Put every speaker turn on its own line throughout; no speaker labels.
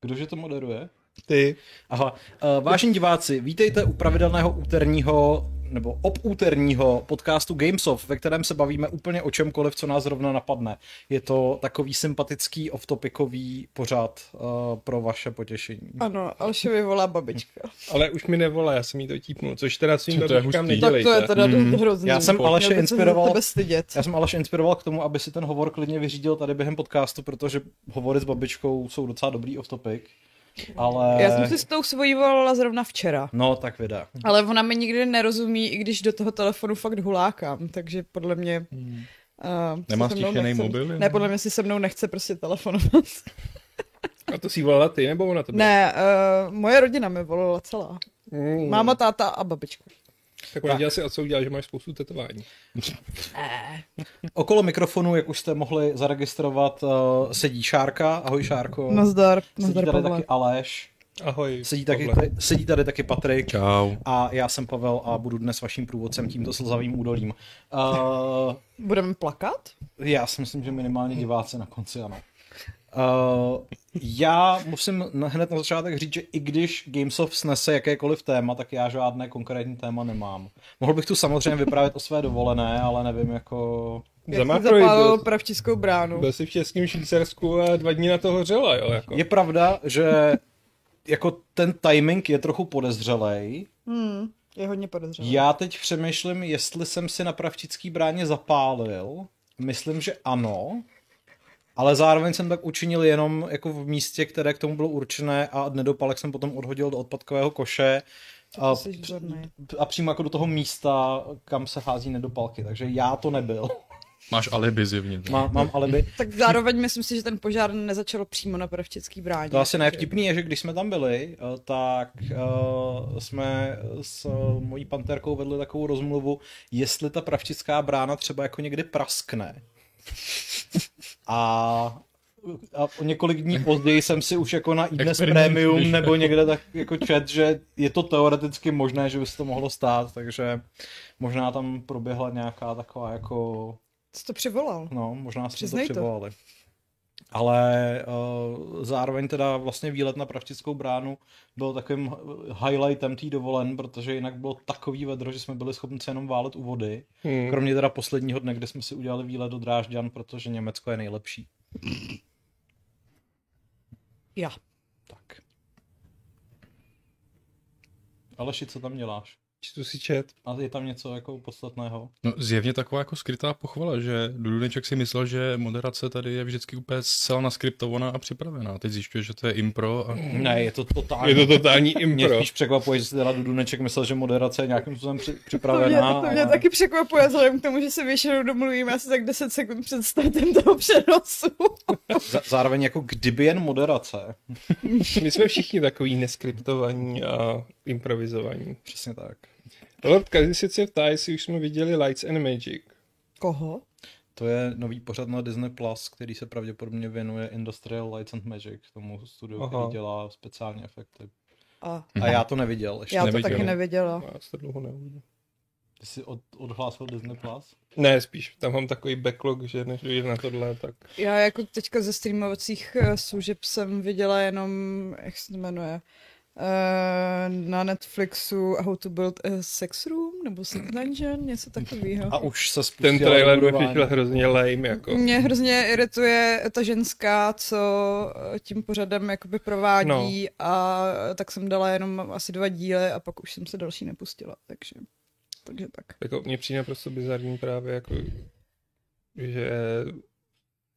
Kdože to moderuje?
Ty.
Aha, uh, vážení diváci, vítejte u pravidelného úterního nebo obúterního podcastu Gamesoft, ve kterém se bavíme úplně o čemkoliv, co nás zrovna napadne. Je to takový sympatický off-topicový pořad uh, pro vaše potěšení.
Ano, Alšovi volá babička.
Ale už mi nevolá, já jsem jí to típnul, což teda svým
Co to je
babičkám
hustý.
Tak to
nedělejte.
je teda mm. hrozný.
Já jsem
Měl
Aleše
bych se za
inspiroval-
tebe stydět.
Já jsem Aleš inspiroval k tomu, aby si ten hovor klidně vyřídil tady během podcastu, protože hovory s babičkou jsou docela dobrý off-topic, ale...
Já jsem si s tou svojí volala zrovna včera.
No, tak vydá.
Ale ona mi nikdy nerozumí, i když do toho telefonu fakt hulákám, takže podle mě...
Hmm.
Uh,
Nemá stíšenej mobil, jo?
Ne, podle mě si se mnou nechce prostě telefonovat.
A to si volala ty, nebo ona to
ne, uh, moje rodina mi volala celá.
Hmm.
Máma, táta a babička.
Tak ona dělá si odsoudila, že máš spoustu tetování.
Okolo mikrofonu, jak už jste mohli zaregistrovat, eh, sedí Šárka. Ahoj Šárko.
Nazdar,
sedí
nazdar
tady
Pavle.
taky Aleš.
Ahoj.
Sedí, taky,
Pavle.
sedí tady taky Patrik.
Čau.
A já jsem Pavel a budu dnes vaším průvodcem tímto slzavým údolím. Uh,
Budeme plakat?
já si myslím, že minimálně diváci na konci ano. Uh, já musím na- hned na začátek říct, že i když Gamesoft snese jakékoliv téma, tak já žádné konkrétní téma nemám. Mohl bych tu samozřejmě vyprávět o své dovolené, ale nevím jako...
Jak jsi
Zamachruj,
zapálil
byl-
pravčískou bránu.
Byl jsi v Českém Švýcarsku a dva dny na to hořela, jo, jako.
Je pravda, že jako ten timing je trochu podezřelej.
Hmm, je hodně podezřelý.
Já teď přemýšlím, jestli jsem si na Pravčický bráně zapálil. Myslím, že ano. Ale zároveň jsem tak učinil jenom jako v místě, které k tomu bylo určené a nedopalek jsem potom odhodil do odpadkového koše a,
jsi vzornej.
a přímo jako do toho místa, kam se hází nedopalky. Takže já to nebyl.
Máš alibi zjevně.
Má, mám alibi.
Tak zároveň myslím si, že ten požár nezačal přímo na Pravčický bráně.
To asi nejvtipný je, že když jsme tam byli, eh, tak uh, jsme s eh, mojí panterkou vedli takovou rozmluvu, jestli ta pravčická brána třeba jako někdy praskne. A, a o několik dní později jsem si už jako na IDNES
Experiment,
Premium
když-
nebo někde tak jako čet, že je to teoreticky možné, že by se to mohlo stát, takže možná tam proběhla nějaká taková jako
Jsi to přivolal.
No, možná jsme
Přiznej
to
to.
přivolali. Ale uh, zároveň teda vlastně výlet na Pravčickou bránu byl takovým highlightem té dovolen, protože jinak bylo takový vedro, že jsme byli schopni se jenom válet u vody.
Hmm.
Kromě teda posledního dne, kde jsme si udělali výlet do Drážďan, protože Německo je nejlepší.
Já.
Tak. Aleši, co tam děláš?
Čtu si čet.
A je tam něco jako podstatného?
No, zjevně taková jako skrytá pochvala, že Duduneček si myslel, že moderace tady je vždycky úplně zcela naskriptovaná a připravená. Teď zjišťuje, že to je impro a
Ne, je to totálně
Je to totální
Mě
impro.
spíš překvapuje, že si teda Duduneček myslel, že moderace je nějakým způsobem při-
To mě,
připravená.
to mě
ale-
taky překvapuje, vzhledem k tomu, že se většinou domluvím asi tak 10 sekund před startem toho přenosu.
Za- Zároveň jako kdyby jen moderace.
My jsme všichni takový neskriptovaní a improvizovaní.
Přesně tak.
Lord Kazisic se ptá, jestli už jsme viděli Lights and Magic.
Koho?
To je nový pořad na Disney+, Plus, který se pravděpodobně věnuje Industrial Lights and Magic, tomu studiu, Aha.
Aha.
který dělá speciální efekty.
A
Mhm.
A já to neviděl ještě.
já to
neviděl.
taky nevěděla.
No, Já se to dlouho neuvidím.
Ty jsi od, odhlásil Disney+. Plus?
Ne, spíš tam mám takový backlog, že než dojde na tohle, tak
Já jako teďka ze streamovacích eh, služeb jsem viděla jenom, jak se to jmenuje, eh, na Netflixu How to Build a Sex Room nebo Sex Dungeon, něco takového.
A už se spustila
ten trailer mi
budování.
přišel hrozně lame, jako.
Mě hrozně irituje ta ženská, co eh, tím pořadem jakoby provádí no. a eh, tak jsem dala jenom asi dva díly a pak už jsem se další nepustila, takže, takže tak.
Jako mně přijde naprosto bizarní právě jako, že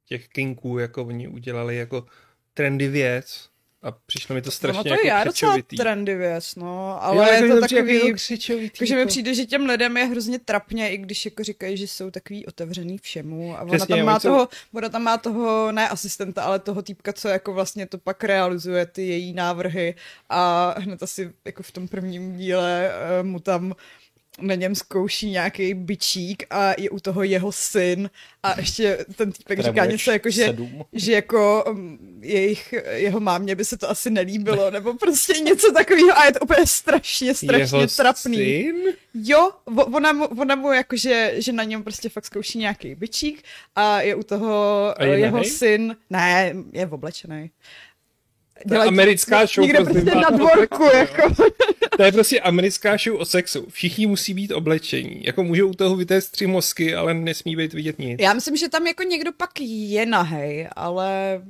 těch kinků jako oni udělali jako trendy věc a přišlo mi to strašně
no to je já
jako
docela
křečovitý.
trendy věc, no,
Jo,
ale
jako
je
že
to
přijde jako
takový,
křečovitý,
jakože mi
jako.
přijde, že těm lidem je hrozně trapně, i když jako říkají, že jsou takový otevřený všemu a ona
Přesně,
Přesně, tam má
oni jsou-
toho, ona tam má toho, ne asistenta, ale toho týpka, co jako vlastně to pak realizuje, ty její návrhy a hned asi jako v tom prvním díle eh, mu tam na něm zkouší nějaký bičík a je u toho jeho syn a ještě ten týpek
Kterému
říká
je
něco jako, že,
sedm.
že jako mm, jejich, jeho mámě by se to asi nelíbilo, nebo prostě něco takového a je to úplně strašně, strašně
Jeho
trapný.
syn?
Jo, vo- ona mu, ona mu jakože, že na něm prostě fakt zkouší nějaký byčík a je u toho
A
a
je
je jeho
nahej?
syn, ne, je oblečený.
To je americká show,
Někde
prosím
prostě
vás.
na dvorku, jako.
To je prostě americká show o sexu. Všichni musí být oblečení. Jako můžou u toho vytéct tři mozky, ale nesmí být vidět nic.
Já myslím, že tam jako někdo pak je nahej, ale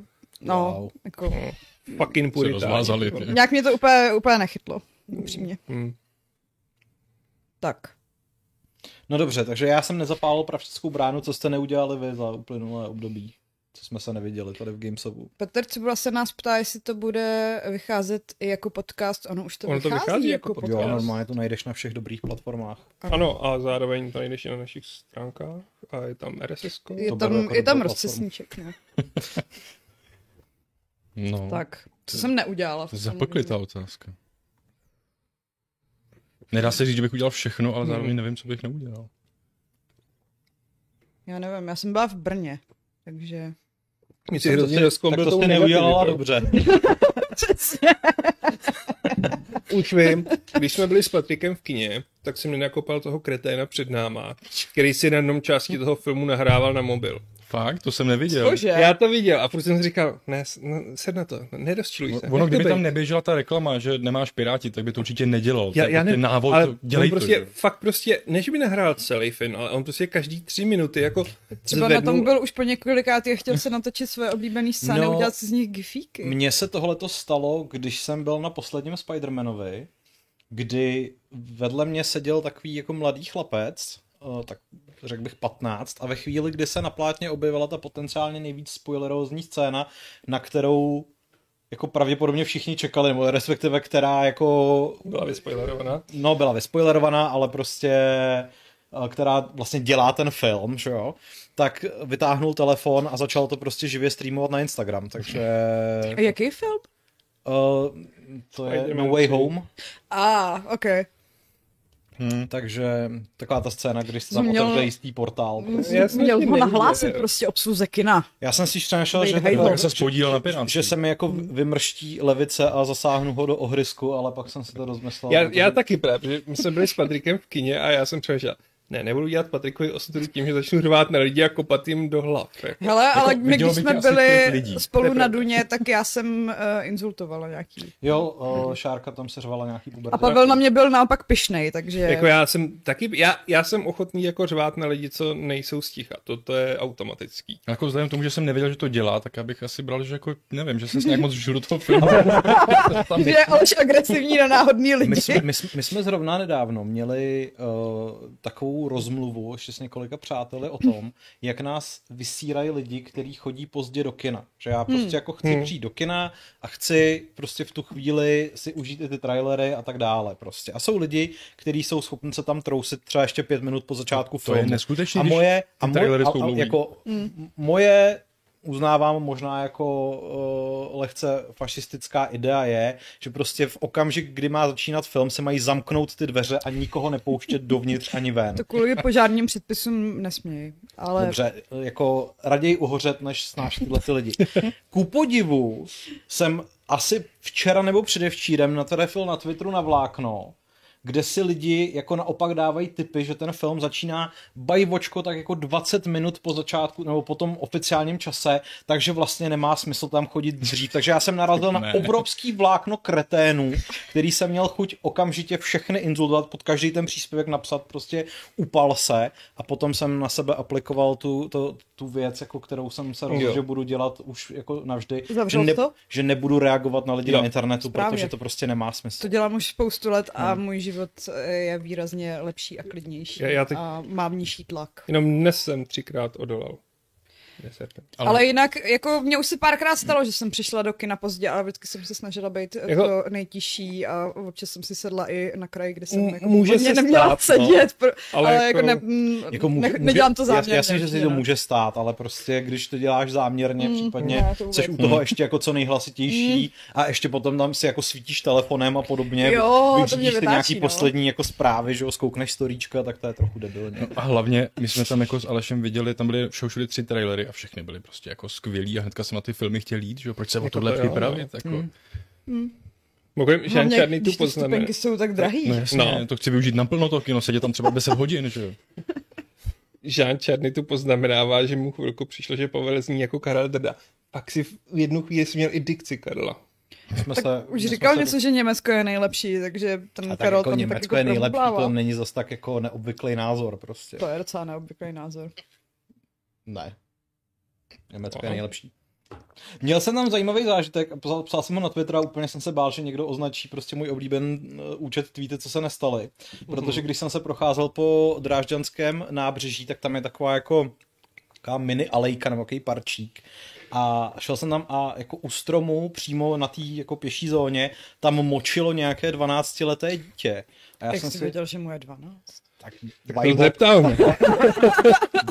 no,
Wow.
jako,
Fucking
se
puritáni.
rozvázali. ty.
nějak mě to úplně, úplně nechytlo, upřímně.
Hm.
Tak.
No dobře, takže já jsem nezapálil pravčickou bránu, co jste neudělali vy za uplynulé období, co jsme se neviděli tady v Gamesovu.
Petr Cibula se nás ptá, jestli to bude vycházet i jako podcast. Ono už to,
Ono to
vychází,
vychází jako
jako
podcast.
Jo,
podcast.
normálně to najdeš na všech dobrých platformách.
Ano, a zároveň to najdeš i na našich stránkách a je tam RSS.
Je
To beru
tam,
jako
je tam
dobrou
rozcesníček, no.
No, tak.
Tak, to jsem neudělala.
to je zapekli ta
samozřejmě.
otázka. Nedá se říct, že bych udělal všechno, ale zároveň nevím, co bych neudělal.
Já nevím, já jsem byla v Brně, takže...
Mě si
Tak to,
hrozně
jsi, tak to jste neudělala dobře.
Přesně.
Už vím. Když jsme byli s Patrikem v kině, tak jsem nenakopal toho kreténa před náma, který si na jednom části toho filmu nahrával na mobil.
Fakt, to jsem neviděl.
Bože.
Já to viděl a furt jsem si říkal, ne, s- no, sed na to, nerozčiluj se.
Ono,
nech to
kdyby
být.
tam neběžela ta reklama, že nemáš piráti, tak by to určitě nedělal.
já,
To je
já
prostě
nevím,
návod,
ale
to, dělej
on prostě,
to. že?
fakt prostě, než by nahrál celý film, ale on prostě každý tři minuty jako
Třeba na tom byl už po několikrát a chtěl se natočit své oblíbené scény,
No,
no, udělat si z nich gifíky.
Mně se tohle to stalo, když jsem byl na posledním Spider-Manovi, kdy vedle mě seděl takový jako mladý chlapec, eh, tak řekl bych 15, a ve chvíli, kdy se na plátně objevila ta potenciálně nejvíc spoilerózní scéna, na kterou jako pravděpodobně všichni čekali, nebo respektive která jako
byla vyspoilerovaná.
no, byla vyspoilerovaná, ale prostě eh, která vlastně dělá ten film, že jo, tak vytáhnul telefon a začal to prostě živě streamovat na Instagram, takže
A jaký film?
uh, to je No
Spider-Man
Way
3.
Home, Hmm.
A, ah, ok.
Hm.
takže taková ta scéna, když se tam
Měl-
otevře jistý portál.
Já jsem
Měl
si
ho
nejde.
nahlásit prostě obsluze kina.
Já jsem si přemýšlel, že,
Wait, hej,
No,
hej.
tak se spodílel na piráci.
že se mi jako vymrští levice a zasáhnu ho do ohrysku, ale pak jsem si to rozmyslel.
no,
Já, já taky právě, protože my jsme byli s Patrikem v kině a já jsem přemýšlel, ne, nebudu dělat Patrikovi ostudu tím, že začnu řvát na lidi a kopat jim do hlav. Jako.
Hele, jako, ale my,
vidělo
když
by
jsme
tě asi
byli
pět lidí.
To
spolu
je
na
pravda.
Duně, tak já jsem uh, insultovala nějaký.
Jo, uh, Šárka tam seřvala nějaký puberty.
A Pavel na mě byl naopak pišnej, takže...
Jako já jsem taky, já, já jsem ochotný jako řvát na lidi, co nejsou sticha, to, to je automatický.
Jako vzhledem k tomu, že jsem nevěděl, že to dělá, tak já bych asi bral, že jako, nevím, že jsem se nějak moc žil do toho filmu.
Že je Aleš agresivní na náhodný lidi.
My jsme, my, jsme, my jsme zrovna nedávno měli uh, takovou rozmluvu ještě s několika přáteli o tom, jak nás vysírají lidi, kteří chodí pozdě do kina. Že já prostě jako chci přijít do kina a chci prostě v tu chvíli si užít i ty trailery a tak dále prostě. A jsou lidi, kteří jsou schopni se tam trousit třeba ještě pět minut po začátku
To je
filmu.
neskutečný,
a
když
moje, a
ty
moje,
trailery
a,
jsou
a,
dlouhý.
jako, m- moje uznávám možná jako uh, lehce fašistická idea je, že prostě v okamžik, kdy má začínat film, se mají zamknout ty dveře a nikoho nepouštět dovnitř ani ven.
To kvůli požárním předpisům nesmějí, ale...
Dobře, jako raději uhořet, než snášet tyhle ty lidi. Ku podivu jsem asi včera nebo předevčírem natrefil na Twitteru na vlákno, kde si lidi jako naopak dávají typy, že ten film začíná bajvočko tak jako 20 minut po začátku nebo po tom oficiálním čase, takže vlastně nemá smysl tam chodit dřív. Takže já jsem narazil na
Ne.
obrovský vlákno kreténů, který jsem měl chuť okamžitě všechny insultovat, pod každý ten příspěvek napsat prostě upal se a potom jsem na sebe aplikoval tu, to, tu věc, jako kterou jsem se rozhodl,
Jo.
že budu dělat už jako navždy.
Zavřel
že,
to?
že nebudu reagovat na lidi
Jo.
na internetu,
Správně.
protože to prostě nemá smysl.
To dělám už spoustu let a
Hmm.
můj život eh, je výrazně lepší a klidnější.
Já- já tak-
A mám nižší tlak.
Jenom dnes jsem třikrát odolal. Neserte.
Ale... ale jinak, jako mě už se párkrát stalo, že jsem přišla do kina pozdě, ale vždycky jsem se snažila být eh,
Jako-
to nejtišší a občas jsem si sedla i na kraji, kde jsem
M-
jako
může
původně
se
neměla
stát, no.
sedět, pro... ale,
Ale
ale jako,
jako-
ne, mm,
Jako může,
ne,
může-
nedělám to záměrně.
jas- Jasně, že si to
ne.
může stát, ale prostě když to děláš záměrně, mm, případně
ne, to vůbec.
jsi u toho ještě jako co nejhlasitější a ještě potom tam si jako svítíš telefonem a podobně.
Jo, to mě
vyřídíš ty
vytáčí,
nějaký
no.
poslední jako zprávy, že jo, zkoukneš storíčka, tak to je trochu debilní.
No a hlavně, my jsme tam jako s Alešem viděli, tam byly všude šly tři trailery a všechny byly prostě jako skvělí a hnedka jsem na ty filmy chtěl jít, že jo, proč se o
Jako
tohle
to jo, Mm.
připravit, jako.
Mohu jim žádný
Hlavně,
černý
No,
tu
když ty
poznamenat.
vstupenky jsou tak drahý.
No jasně,
No.
no. to chci využít naplno to kino, no sedět tam třeba 10 hodin, že jo.
Žán Černý tu poznamenává, že mu chvilku přišlo, že Pavel zní jako Karel Drda. Pak si v jednu chvíli si měl i dikci Karla.
My jsme se,
Už
my
říkal
jsme se-
něco, že Německo je nejlepší, takže ten
A tak
Karol
jako
tam
Německo
tak
je
jako
nejlepší, to
prohlubává.
není zas tak jako neobvyklý názor prostě.
To je docela neobvyklý názor.
Ne.
No,
Německo je
Aha.
nejlepší. Měl jsem tam zajímavý zážitek, a psal, psal jsem ho na Twitter a úplně jsem se bál, že někdo označí prostě můj oblíben eh, účet tweety, co se nestaly. Protože
Mhm.
když jsem se procházel po Drážďanském nábřeží, tak tam je taková jako taková mini alejka nebo jaký parčík. A šel jsem tam a jako u stromu přímo na té jako pěší zóně tam močilo nějaké 12-leté dítě. A já
Jak
jsem
jsi
si...
věděl, že mu je 12?
Tak,
To zeptám.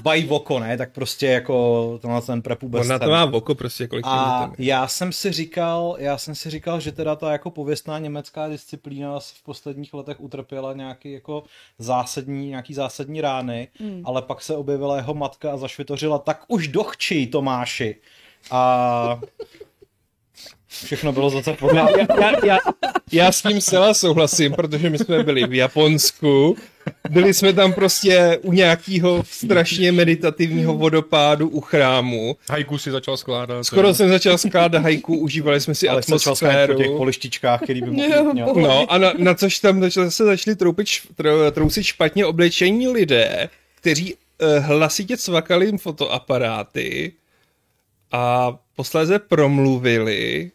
by voko, ne, tak prostě jako tenhle ten prepubescent.
Ona to má v oko prostě, kolik
A
tam je.
já jsem si říkal, já jsem si říkal, že teda ta jako pověstná německá disciplína se v posledních letech utrpěla nějaký jako zásadní, nějaký zásadní rány, mm. ale pak se objevila jeho matka a zašvitořila, tak už dochčí Tomáši. A všechno bylo zase v pořádku.
já, já, já s tím zcela souhlasím, protože my jsme byli v Japonsku, byli jsme tam prostě u nějakého strašně meditativního vodopádu u chrámu.
Hajku si začal skládat.
Skoro jsem začal skládat hajku, užívali jsme si
Ale začal jsem po těch
atmosféru.
polištičkách, který by
Jo,
mohl mít, jo.
No a na, na což tam zač- zase začali troupit, š- tr- trousit špatně oblečení lidé, kteří eh, hlasitě cvakali jim fotoaparáty a posléze promluvili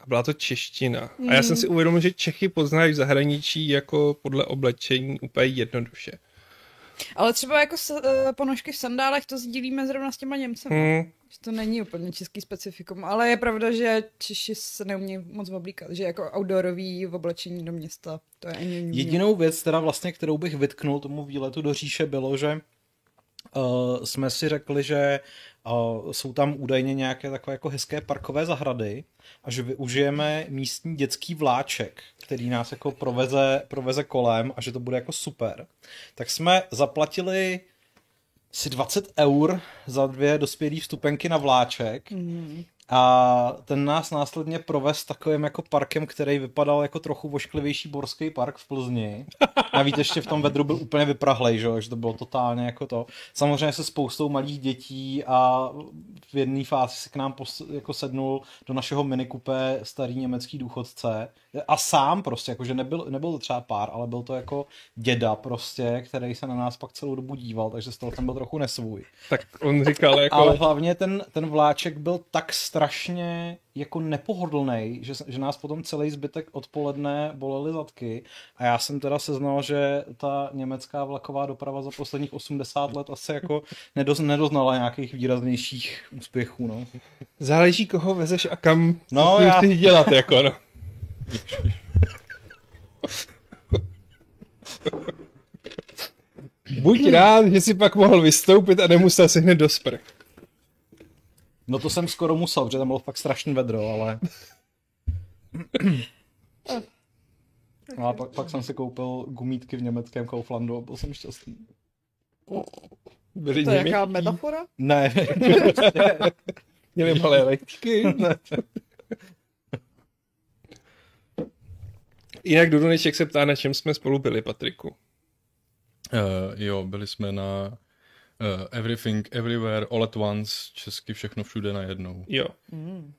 a byla to čeština. A já jsem si uvědomil, že Čechy poznají v zahraničí jako podle oblečení úplně jednoduše.
Ale třeba jako s, eh, ponožky v sandálech to sdílíme zrovna s těma Němcema.
Hmm.
Že To není úplně český specifikum, ale je pravda, že Češi se neumějí moc oblíkat, že jako outdoorový v oblečení do města, to je ani umění.
Jedinou věc, teda vlastně, kterou bych vytknul tomu výletu do říše, bylo, že uh, jsme si řekli, že uh, jsou tam údajně nějaké takové jako hezké parkové zahrady a že využijeme místní dětský vláček, který nás jako proveze, proveze kolem a že to bude jako super. Tak jsme zaplatili si 20 eur za dvě dospělé vstupenky na vláček a ten nás následně provez takovým jako parkem, který vypadal jako trochu vošklivější borský park v Plzni. Navíc ještě v tom vedru byl úplně vyprahlej, že? jo, takže to bylo totálně jako to. Samozřejmě se spoustou malých dětí a v jedné fázi si k nám pos- jako sednul do našeho minikupé starý německý důchodce a sám prostě, jakože nebyl, nebyl to třeba pár, ale byl to jako děda prostě, který se na nás pak celou dobu díval, takže z toho jsem byl trochu nesvůj.
Tak on říkal jako...
Ale hlavně ten, ten vláček byl tak strašně jako nepohodlnej, že, že nás potom celý zbytek odpoledne bolely zadky a já jsem teda seznal, že ta německá vlaková doprava za posledních 80 let asi jako nedoz, nedoznala nějakých výraznějších úspěchů, no.
Záleží, koho vezeš a kam
No,
no, já...
já-
chceš dělat, jako no. Buď rád, že si pak mohl vystoupit a nemusel si hned do sprch.
No to jsem skoro musel, protože tam bylo fakt strašný vedro, ale... No a pak, pak jsem si koupil gumítky v německém Kauflandu a byl jsem šťastný.
Byli
To je
nimi,
jaká metafora?
Ne,
měli malé lekčky. Jinak Duduneček se ptá, na čem jsme spolu byli, Patriku.
Uh, jo, byli jsme na uh, Everything, Everywhere, All at Once, česky všechno všude najednou.
Jo.
Hmm.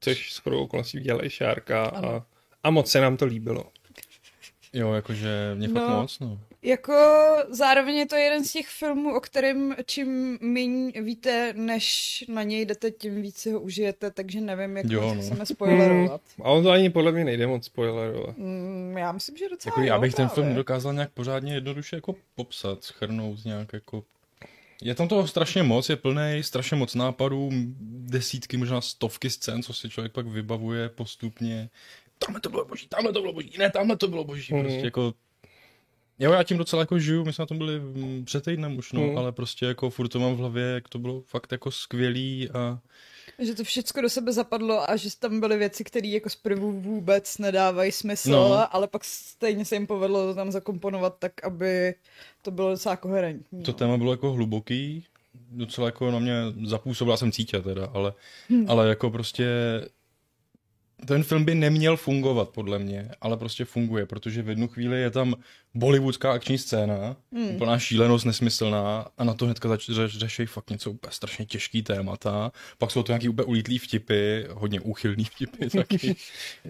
Což skoro okolností dělají Šárka a, a moc se nám to líbilo.
Jo, jakože mě fakt
No.
moc, no.
Jako zároveň je to jeden z těch filmů, o kterém čím míň víte, než na něj jdete, tím víc si ho užijete, takže nevím, jak
Jo,
jo,
no.
no. chceme spoilerovat.
A on to ani podle mě nejde moc spoilerovat.
Mm, já myslím, že docela
Hmm. Jako, já
jo,
bych ten
právě.
film dokázal nějak pořádně jednoduše jako popsat, schrnout nějak jako... Je tam toho strašně moc, je plný, strašně moc nápadů, desítky, možná stovky scén, co si člověk pak vybavuje postupně. Tamhle to bylo boží, tamhle to bylo boží, ne, tamhle to bylo boží,
Mhm.
prostě jako... Jo, já tím docela jako žiju, my jsme na tom byli mm, před týdnem už, no,
Mhm.
ale prostě jako furt to mám v hlavě, jak to bylo fakt jako skvělý a...
Že to všechno do sebe zapadlo a že tam byly věci, které jako zprvu vůbec nedávají smysl,
No.
no. ale pak stejně se jim povedlo to tam zakomponovat tak, aby to bylo docela koherentní.
To
no.
téma bylo jako hluboký, docela jako na mě zapůsobila jsem cítě teda, ale, ale jako prostě ten film by neměl fungovat, podle mě, ale prostě funguje, protože v jednu chvíli je tam bollywoodská akční scéna, hmm. úplná šílenost nesmyslná a na to hnedka zač- řeš- řeší fakt něco úplně strašně těžký témata, pak jsou to nějaký úplně ulítlý vtipy, hodně úchylný vtipy taky.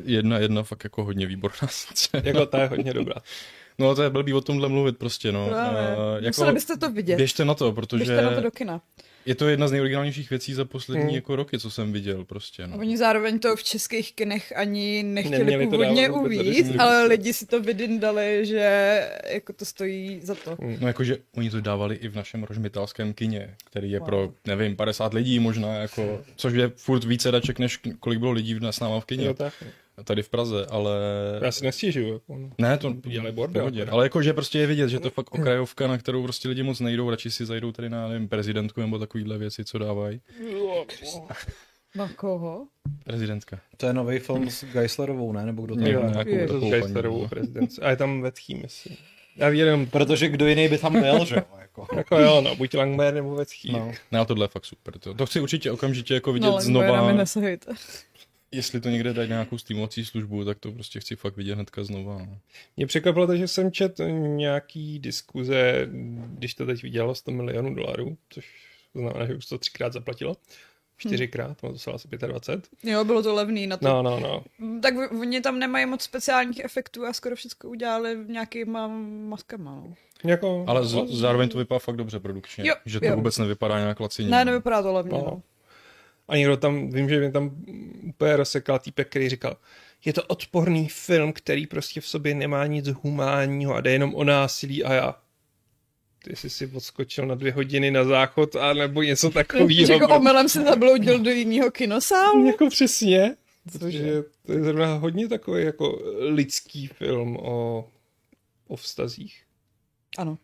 jedna, jedna fakt jako hodně výborná scéna.
Jako ta je hodně dobrá.
No to je blbý o tomhle mluvit prostě, no.
No,
Eh,
ne. Museli byste to vidět.
Běžte na to, protože
Běžte na to do kina.
je to jedna z nejoriginálnějších věcí za poslední jako roky, co jsem viděl prostě, no.
Oni zároveň to v českých kinech ani nechtěli Neměli
Neměli to
původně
dávat vůbec do
uvíc,
distribuce.
ale lidi si to vydindali, že jako to stojí za to.
No jakože oni to dávali i v našem rožmitalském kině, který je pro, nevím, 50 lidí možná, jako, což je furt více daček, než kolik bylo lidí v- s náma v kině,
Jo, tak.
tady v Praze, ale...
Já si nestížuju. Jako, no.
Ne, to
Dělali
v
bordel.
pohodě. Ale jakože prostě je vidět, že to je fakt
Hmm.
okrajovka, na kterou prostě lidi moc nejdou, radši si zajdou tady na, nevím, prezidentku nebo takovýhle věci, co dávají.
Na koho?
Prezidentka.
To je nový film s Geislerovou, ne? Nebo kdo to
Jo.
je?
Nějakou
je,
takovou paní, no.
A je tam Vetchý, myslím. Já věděl,
Protože kdo jiný by tam byl, že jo? Jako.
jako jo, no, buď Langmer nebo Vetchý.
No.
Ne, a tohle je fakt super. To, to chci určitě okamžitě jako vidět
No,
no,
znova... na mě
znova.
nesahejte.
Jestli to někde dají na nějakou streamovací službu, tak to prostě chci fakt vidět hnedka znova.
Mhm.
No.
Mě překvapilo to, že jsem čet nějaký diskuze, když to teď vydělalo 100 milionů dolarů, což znamená, že už to třikrát zaplatilo. Čtyřikrát, no to se asi 25.
Jo, bylo to levný na to.
No, no, no.
Tak v- oni tam nemají moc speciálních efektů a skoro všechno udělali nějakýma maskama. No.
Jako,
Ale z, zároveň to vypadá fakt dobře produkčně,
Jo,
že to
jo.
vůbec nevypadá nějak lacině.
Ne, nevypadá to levně.
No.
No.
A někdo tam, vím, že mě tam úplně rozsekal týpek, který říkal, je to odporný film, který prostě v sobě nemá nic humánního a jde jenom o násilí a já ty jsi si odskočil na dvě hodiny na záchod a nebo něco takového.
Jako omylem se zabloudil do jiného kinosálu.
Hmm.
jako přesně. Protože to je zrovna hodně takový jako lidský film o, o vztazích.
Ano.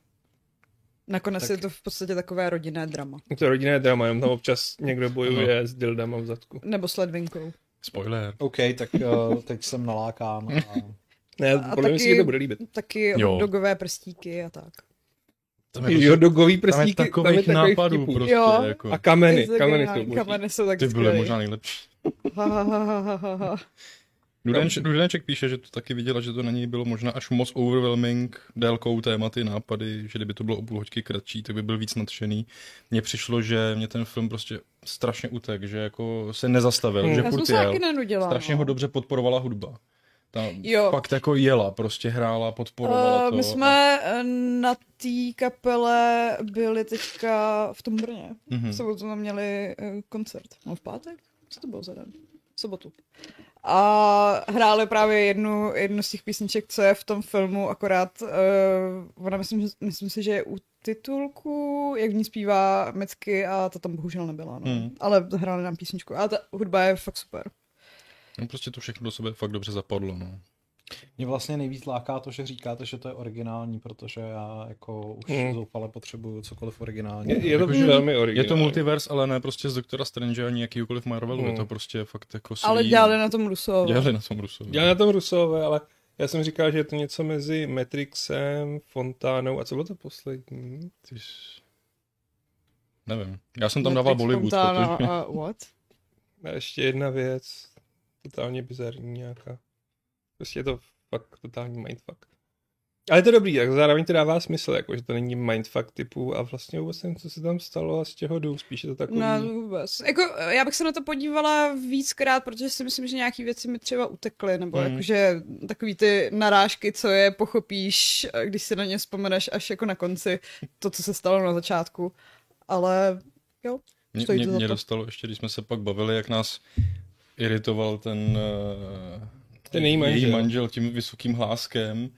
Nakonec
Tak-
je to v podstatě takové rodinné drama.
Je to rodinné drama, jenom tam občas někdo bojuje s dildama v zadku.
Nebo s ledvinkou.
Spoiler.
OK, tak uh, teď jsem nalákán. A...
Ne,
A
podle mě si
taky-
to bude líbit.
Taky
Jo.
dogové prstíky a tak.
Tam je, prostě,
Jodogový
tam je
prstíky,
takových,
tam je takových
nápadů
vtipů.
prostě.
Jo.
Jako,
A kameny,
Je to
kameny
geniální.
jsou boží.
kameny jsou tak
ty byly
skvělý.
možná nejlepší.
Ha, ha, ha, ha, ha, ha.
Dudenč- Dudenček píše, že to taky viděla, že to na něj bylo možná až moc overwhelming délkou tématy, nápady, že kdyby to bylo o půl hoďky kratší, tak by byl víc nadšený. Mně přišlo, že mě ten film prostě strašně utek, že jako se nezastavil,
Hmm.
že
Já jsem
furt
se
jel.
taky nenudila.
Strašně
no.
ho dobře podporovala hudba. Ta
Jo.
fakt jako jela, prostě hrála, podporovala
Eh,
to. no.
My
a-
jsme eh, na té kapele byli teďka v tom Brně.
Mhm.
V sobotu jsme měli eh, koncert. No v pátek? Co to bylo za den? V sobotu. A hráli právě jednu, jednu z těch písniček, co je v tom filmu, akorát uh, ona myslím, že, myslím si, že je u titulku, jak v ní zpívá Mecky a ta tam bohužel nebyla, no.
Mhm.
Ale hráli nám písničku a ta hudba je fakt super.
No, prostě to všechno do sebe fakt dobře zapadlo. No.
Mě vlastně nejvíc láká to, že říkáte, že to je originální, protože já jako už
Hmm.
hmm. zoufale potřebuju cokoliv originální.
Je, je to
Jakože-
velmi
Je
originální.
to multivers, ale ne prostě z Doktora Strange ani jakýkoliv Marvelu,
Hmm.
je to prostě fakt jako svý.
Ale dělali na tom Rusovo.
dělali na tom Rusovi.
Dělali na tom Rusové, ale já jsem říkal, že je to něco mezi Matrixem, Fontánou a co bylo to poslední?
Tyž... Nevím. Já jsem tam dával Bollywood,
Fontana
protože...
no, a what?
A ještě jedna věc, totálně bizarní nějaká. Prostě je to fakt totální mindfuck. Ale je to dobrý, tak zároveň to dává smysl, jako, že to není mindfuck typu a vlastně vůbec nevím, co se tam stalo a z čeho jdu, spíš je to takový...
Ne, to vůbec. Jako, já bych se na to podívala víckrát, protože si myslím, že nějaký věci mi třeba utekly, nebo
Hmm.
Mhm.
hmm. jakože takový ty narážky, co je pochopíš, když si na ně vzpomeneš až jako na konci, to, co se stalo na začátku. Ale jo,
Mě,
stojí
mě,
to za
mě
to.
dostalo ještě, když jsme se pak bavili, jak nás iritoval ten, eh,
Ten její manžel.
její manžel tím vysokým hláskem.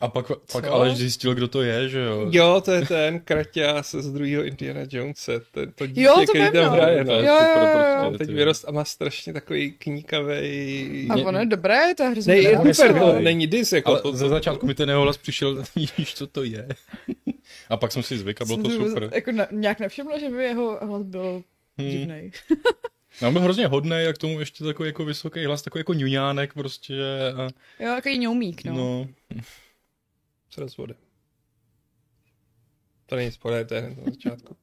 A pak, pak
Co?
ale zjistil, kdo to je, že jo?
Jo, to je ten kraťas z druhého Indiana Jonese, ten, to dítě,
Jo, to
který
vím,
tam
no.
hraje.
To
no.
je
Jo,
super,
jo, jo.
prostě,
On teď
ty-
vyrost a má strašně takový kníkavej...
a
Mě-
ono je dobré, to je hrozně
Ne, je
dobré.
super, to
Dobrý.
není dis, jako
Ale
to,
ze začátku mi ten jeho hlas přišel, víš, co to je. A pak jsem si zvykl a bylo to
Jsem si vůbec-
super.
Jako na, nějak nevšimla, že by jeho hlas byl
Hmm.
divnej.
Já byl hrozně hodný, jak tomu ještě takový jako vysoký hlas, takový jako ňuňánek prostě. A,
Jo, takový ňoumík, no.
no.
no.
no.
se rozvode. To není spoiler, to je hned na začátku.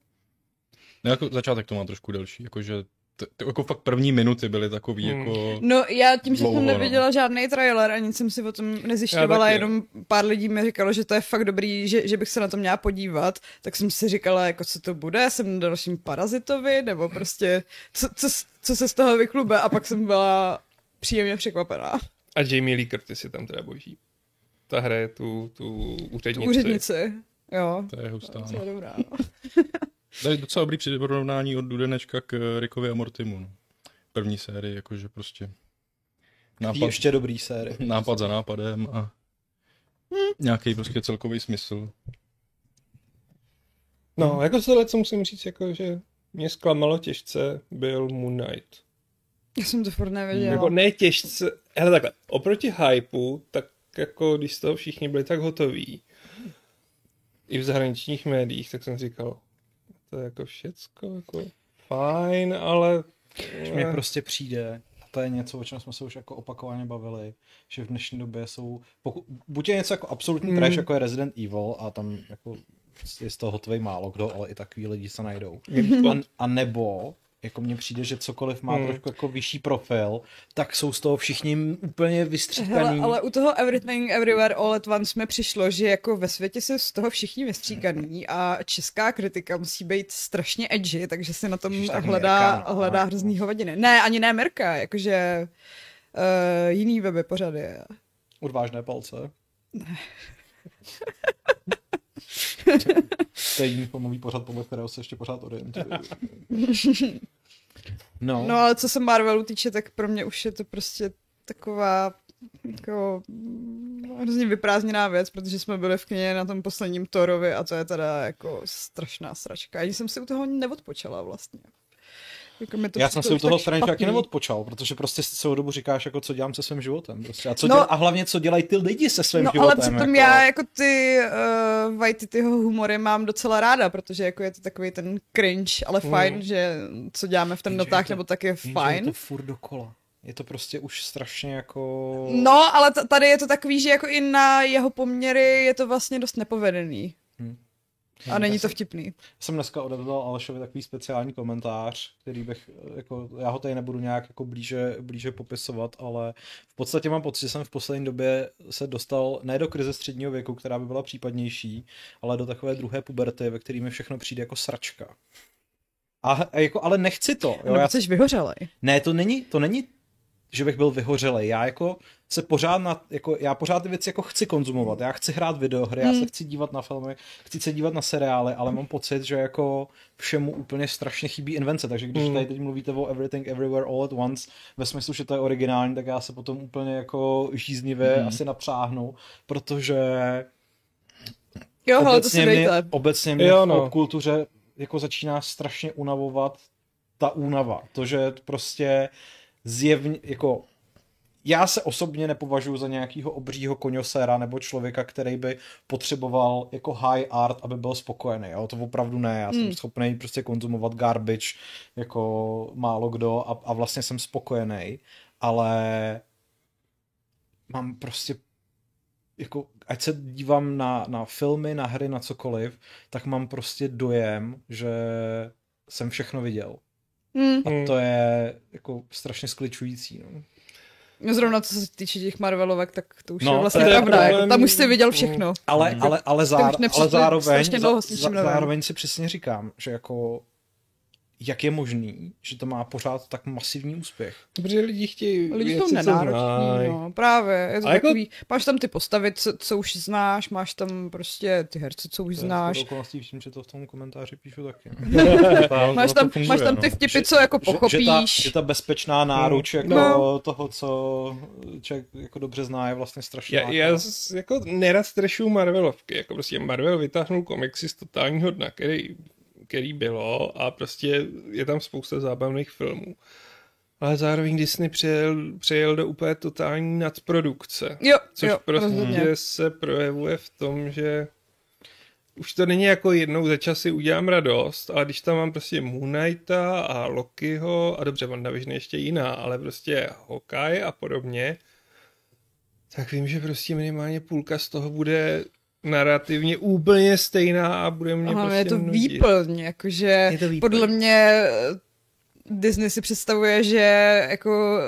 No, jako začátek to má trošku delší, jakože t- t- jako fakt první minuty byly takový
Hmm.
jako...
No já tím, že
Dlouho,
jsem
no.
neviděla žádný trailer a nic jsem si o tom nezjišťovala,
taky.
jenom pár lidí mi říkalo, že to je fakt dobrý, že, že bych se na to měla podívat, tak jsem si říkala, jako co to bude, jsem na dalším parazitovi, nebo prostě co, co, co se z toho vyklube a pak jsem byla příjemně překvapená.
A Jamie Lee Curtis je tam teda boží. Ta hraje tu, tu
Tu
úřednici.
úřednici, jo.
To je hustá.
To
No.
je dobrá. no.
To je docela dobrý přirovnání od Dudenečka k Rickovi a Mortimu. no. První sérii, jakože prostě
Ty
nápad,
ještě dobrý série.
nápad za nápadem a nějaký prostě celkový smysl.
No, jako z tohle, co musím říct, jako, že mě zklamalo těžce, byl Moon Knight.
Já jsem to furt
Jako
nevěděla.
ne těžce, hele takhle, oproti hypeu, tak jako když z toho všichni byli tak hotoví, i v zahraničních médiích, tak jsem říkal, to je jako všecko, jako fajn, ale...
Mně prostě přijde, a to je něco, o čem jsme se už jako opakovaně bavili, že v dnešní době jsou, pokud, buď je něco jako absolutní
Hmm.
Mm.
trash, jako je Resident Evil, a tam jako je z toho hotovej málo kdo, ale i takový lidi se najdou. A,
Hmm.
a nebo, jako mně přijde, že cokoliv má
Mm.
trošku jako vyšší profil, tak jsou z toho všichni úplně vystříkaný.
Hele, ale u toho Everything Everywhere All at Once mi přišlo, že jako ve světě jsou z toho všichni vystříkaný a česká kritika musí být strašně edgy, takže se na tom
Ježiš, tak
hledá,
Mirka, no.
hledá hrozný hovadiny. Ne, ani ne Mirka, jakože uh, jiný weby pořady.
Odvážné palce. to je jiný filmový pořad, podle kterého se ještě pořád orientuju. No,
No ale co se Marvelu týče, tak pro mě už je to prostě taková jako mm, hrozně vyprázdněná věc, protože jsme byli v kně na tom posledním Torovi a to je teda jako strašná sračka. Ani jsem si u toho odpočala vlastně. Jako mi to
já jsem
přišlo
si u
už
toho
tak
stranečku taky
špatný.
neodpočal, protože prostě si celou dobu říkáš, jako co dělám se svým životem. Prostě. A, co
No.
děla, a hlavně, co dělají ty lidi se svým
No ale
životem.
přitom
jako...
já jako ty uh, Vajtytyho humory mám docela ráda, protože jako je to takový ten cringe, ale fajn,
Mm.
že co děláme v
Jenže je
temnotách,
to-
nebo tak je
Jenže Je
fajn.
to furt dokola. Je to prostě už strašně jako...
No, ale t- tady je to takový, že jako i na jeho poměry je to vlastně dost nepovedený.
Hm.
A není to vtipný.
jsem dneska odevzdal Alešovi takový speciální komentář, který bych, eh, jako, já ho tady nebudu nějak jako blíže, blíže popisovat, ale v podstatě mám pocit, že jsem v poslední době se dostal ne do krize středního věku, která by byla případnější, ale do takové druhé puberty, ve které mi všechno přijde jako sračka. A, a jako, ale nechci to. Jo?
Nebo
Já,
jsi vyhořelej.
ne, to není, to není že bych byl vyhořelý. Já jako se pořád na, jako, já pořád ty věci jako chci konzumovat. Já chci hrát videohry, já se
Hmm.
chci dívat na filmy, chci se dívat na seriály, ale mám pocit, že jako všemu úplně strašně chybí invence. Takže když
Hmm.
Mm.
tady teď mluvíte o Everything Everywhere All at Once ve smyslu, že to je originální, tak já se potom úplně jako žíznivě
Hmm.
asi napřáhnu, protože
Jo, hele, to si
obecně mě,
dejte.
obecně mě
Jo,
jo,
no.
no. v kultuře jako začíná strašně unavovat ta únava. To, že prostě zjevně, jako já se osobně nepovažuji za nějakého obřího koňosera nebo člověka, který by potřeboval jako high art, aby byl spokojený. Jo? To opravdu ne. Já jsem
Mm.
schopný prostě konzumovat garbage jako málo kdo a, a vlastně jsem spokojený. Ale mám prostě jako, ať se dívám na, na filmy, na hry, na cokoliv, tak mám prostě dojem, že jsem všechno viděl.
Hm.
A
Hmm.
to je jako strašně skličující. No.
No zrovna co se týče těch Marvelovek, tak to už
No,
je vlastně
to je
pravda.
problém.
Jako, tam už jsi viděl všechno.
Ale,
Mhm.
ale, ale,
To
zá,
Hmm. už nepřišli
ale zároveň,
strašně dlouho s
za-
ničím
za,
novým.
zároveň si přesně říkám, že jako jak je možný, že to má pořád tak masivní úspěch.
Protože lidi chtějí
No,
Lidi
věci,
jsou nenároční,
znají.
no, právě. Je to
A jako-
takový, máš tam ty postavy, co, co už znáš, máš tam prostě ty herce, co už
To je
znáš.
shodou okolností vším, že to v tom komentáři píšu taky.
Máš tam, máš tam ty vtipy, co jako
no. Že, že, ta,
pochopíš.
že ta bezpečná náruč jako
No.
no. toho, co člověk jako dobře zná, je vlastně strašná.
Já, já z- jako nerad trešuju Marvelovky, jako prostě Marvel vytáhnul komiksy z totálního dna, který, který bylo a prostě je tam spousta zábavných filmů. Ale zároveň Disney přejel, přejel do úplně totální nadprodukce,
Jo,
což
jo,
prostě
rozhodně.
se projevuje v tom, že už to není jako jednou za časy udělám radost, ale když tam mám prostě Moon Knighta a Lokiho a dobře, WandaVision je ještě jiná, ale prostě Hokaj a podobně, tak vím, že prostě minimálně půlka z toho bude narrativně úplně stejná a bude mě
Hlavně
prostě
je to
nudit.
výplň, jakože
Je to výplň.
podle mě eh, Disney si představuje, že jako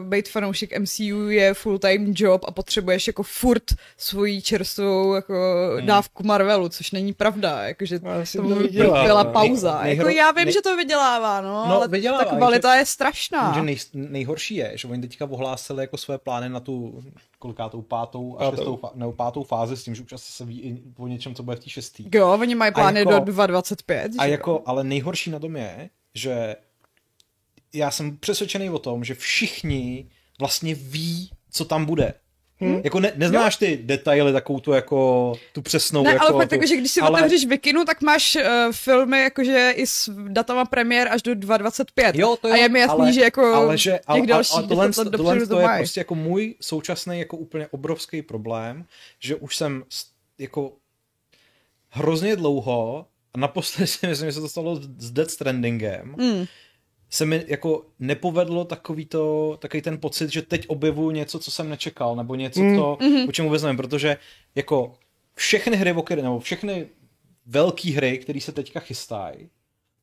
uh, být fanoušek MCU je full-time job a potřebuješ jako furt svoji čerstvou jako hmm. dávku Marvelu, což není pravda, jakože
No, asi
to
to vydělává.
byla pauza.
no. Nej-
jako
nejhro-
já vím,
nej-
že to vydělává, no,
No,
ale
vydělává,
ta kvalita
že-
je strašná.
Že nej, nejhorší je, že oni teďka ohlásili jako své plány na tu kolikátou pátou a
Pátou.
šestou, fá- nebo pátou fázi s tím, že už asi se ví i o něčem, co bude v té šestý.
Jo, oni mají plány
jako-
do 2.25.
A
že jo?
jako, ale nejhorší na tom je, že já jsem přesvědčený o tom, že všichni vlastně ví, co tam bude. Hmm. Jako ne, neznáš ty detaily, takovou tu jako tu přesnou.
Ne,
jako,
ale fakt
tu,
jako, že když si ale... otevřeš Vikinu, tak máš uh, filmy jakože i s datama premiér až do 2025.
Jo, to jo,
a je mi jasný,
ale,
že jako
ale že, ale,
těch dalších
ale, ale tohle,
10 let
tohle
dopředu
to
to
je
mají.
prostě jako můj současný jako úplně obrovský problém, že už jsem s- jako hrozně dlouho, a naposledy si myslím, že se to stalo s Death Strandingem,
Mm.
se mi jako nepovedlo takový to, takový ten pocit, že teď objevuju něco, co jsem nečekal, nebo něco,
Hmm.
mm. to,
Mhm.
o čem vůbec nevím, protože jako všechny hry, o které- nebo všechny velké hry, které se teďka chystají,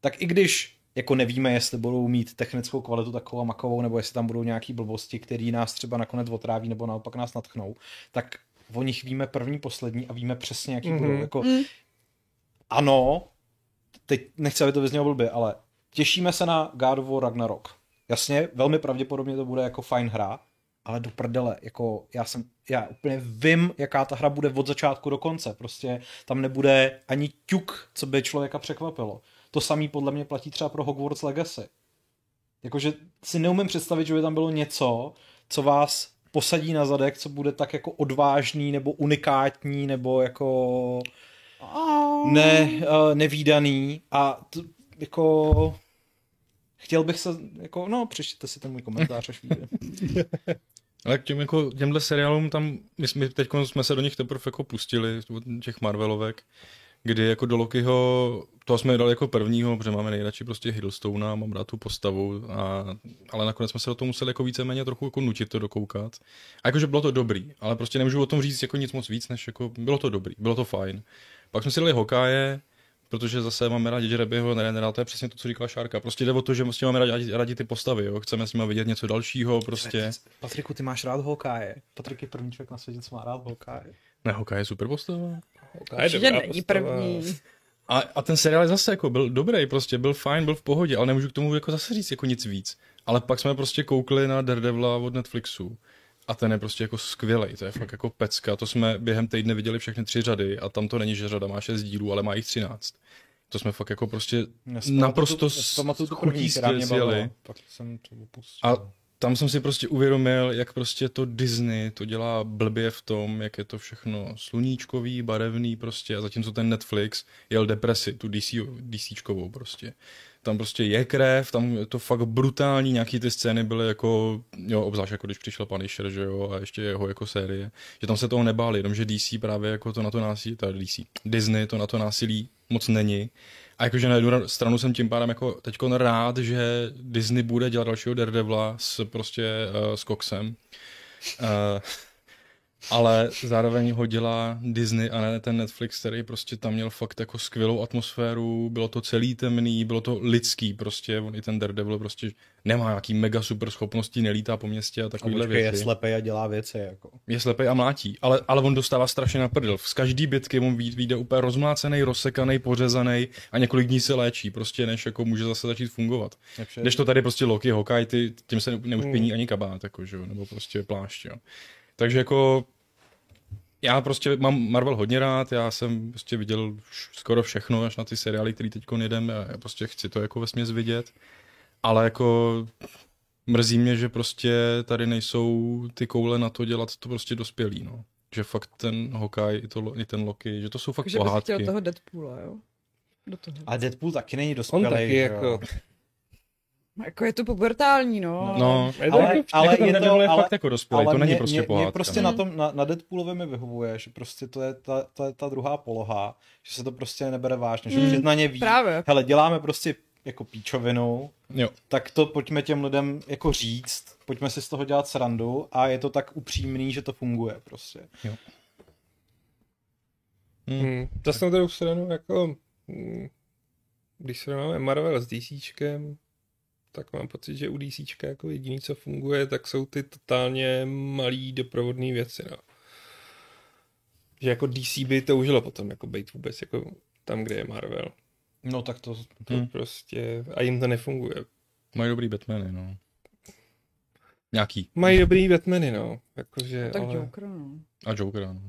tak i když jako nevíme, jestli budou mít technickou kvalitu takovou a makovou, nebo jestli tam budou nějaké blbosti, které nás třeba nakonec otráví, nebo naopak nás natchnou, tak o nich víme první, poslední a víme přesně, jaký mm-hmm. budou. Jako,
Mm.
Ano, teď nechci, aby to vyznělo blbě, ale těšíme se na God of War Ragnarok. Jasně, velmi pravděpodobně to bude jako fajn hra, ale do prdele, jako já jsem, já úplně vím, jaká ta hra bude od začátku do konce, prostě tam nebude ani ťuk, co by člověka překvapilo. To samý podle mě platí třeba pro Hogwarts Legacy. Jakože si neumím představit, že by tam bylo něco, co vás posadí na zadek, co bude tak jako odvážný nebo unikátní nebo jako
Oh.
ne, uh, nevýdaný a t, jako chtěl bych se, jako, no, přečtěte si ten můj komentář, až vyjde.
Ale k těm, jako, těmhle seriálům tam, my jsme, teď jsme se do nich teprve jako pustili, od těch Marvelovek, kdy jako do Lokiho, toho jsme dali jako prvního, protože máme nejradši prostě Hiddlestona, mám rád tu postavu, a, ale nakonec jsme se do toho museli jako víceméně trochu jako nutit to dokoukat. A jakože bylo to dobrý, ale prostě nemůžu o tom říct jako nic moc víc, než jako bylo to dobrý, bylo to fajn. Pak jsme si dali Hokáje, protože zase máme rádi Rebyho, ne, ne, ne, to je přesně to, co říkala Šárka. Prostě jde o to, že s nimi máme rádi, rádi ty postavy, jo? chceme s nimi vidět něco dalšího, prostě.
Patriku, ty máš rád Hawkeye. Patrik je první člověk na světě, co má rád Hawkeye.
Ne, Hokaj je super postava.
Určitě
prostě-
není první.
A, a ten seriál zase jako byl dobrý, prostě byl fajn, byl v pohodě, ale nemůžu k tomu jako zase říct jako nic víc. Ale pak jsme prostě koukli na Daredevila od Netflixu a ten je prostě jako skvělej, to je fakt jako pecka. To jsme během týdne viděli všechny tři řady a tam to není, že řada má šest dílů, ale má jich třináct. To jsme fakt jako prostě naprosto s
pamatuju tu
chutí
první, která mě bavila.
sjeli.
Pak jsem to opustil.
A tam jsem si prostě uvědomil, jak prostě to Disney to dělá blbě v tom, jak je to všechno sluníčkový, barevný prostě a zatímco ten Netflix jel depresi, tu DC, DCčkovou prostě. Tam prostě je krev, tam je to fakt brutální, nějaký ty scény byly jako, jo, obzvlášť jako když přišel Punisher, že jo, a ještě jeho jako série, že tam se toho nebáli, jenomže DC právě jako to na to násilí, ta DC, Disney to na to násilí moc není. A jakože na jednu ra- stranu jsem tím pádem jako teďkon rád, že Disney bude dělat dalšího Daredevila s prostě uh, s Coxem. Uh, ale zároveň ho dělá Disney a ne ten Netflix, který prostě tam měl fakt jako skvělou atmosféru, bylo to celý temný, bylo to lidský prostě, on i ten Daredevil prostě nemá nějaký mega super schopnosti, nelítá po městě a
A
takovýhle
počkej, je
věci
slepej a dělá věci, jako.
je slepej a mlátí, ale, ale on dostává strašně na prdel. Z každý bitky mu vý- vyjde úplně rozmácený, rozsekaný, pořezaný a několik dní se léčí, prostě než jako může zase začít fungovat.
Nepřeje-
Když to tady prostě Loki, Hokaj, ty, tím se
Hmm.
neušpění ani kabát, jako, že jo, nebo prostě plášť, jo. Takže jako já prostě mám Marvel hodně rád, já jsem prostě viděl vš- skoro všechno, až na ty seriály, který teď jedem, já já prostě chci to jako vesměs vidět, ale jako mrzí mě, že prostě tady nejsou ty koule na to dělat to prostě dospělý, no. Že fakt ten Hokaj i, to, Lo- i ten Loki, že to jsou fakt
Takže Jako, bys
pohádky.
chtěl toho Deadpoola, jo? Do toho.
A Deadpool taky není
On
dospělý.
taky
že jo.
jako...
Jako je to pubertální, no.
No,
Je to
Ale-
jako-
ale
jako
je
ten
to-
Devil je
ale-
fakt jako dospělý, to není prostě
mě,
pohádka.
mě prostě na,
no.
tom, na, na Deadpoolovi mi vyhovuje, že prostě to je ta, ta, ta druhá poloha, že se to prostě nebere vážně, že
Mm,
už na ně ví.
právě.
Hele, děláme prostě jako píčovinu,
Jo.
tak to pojďme těm lidem jako říct, pojďme si z toho dělat srandu a je to tak upřímný, že to funguje prostě.
Hmm. Zase na druhou hmm, stranu, jako, mm, když srovnáme Marvel s DCčkem, tak mám pocit, že u DC jako jediný, co funguje, tak jsou ty totálně malý doprovodné věci, no. Že jako DC by toužilo potom jako být vůbec jako tam, kde je Marvel.
No tak to...
To
Hmm.
prostě, a jim to nefunguje.
Mají dobrý Batmany, no. Nějaký.
Mají dobrý Batmany, no. Jakože,
Tak
ale...
Joker, no.
A Jokera, no.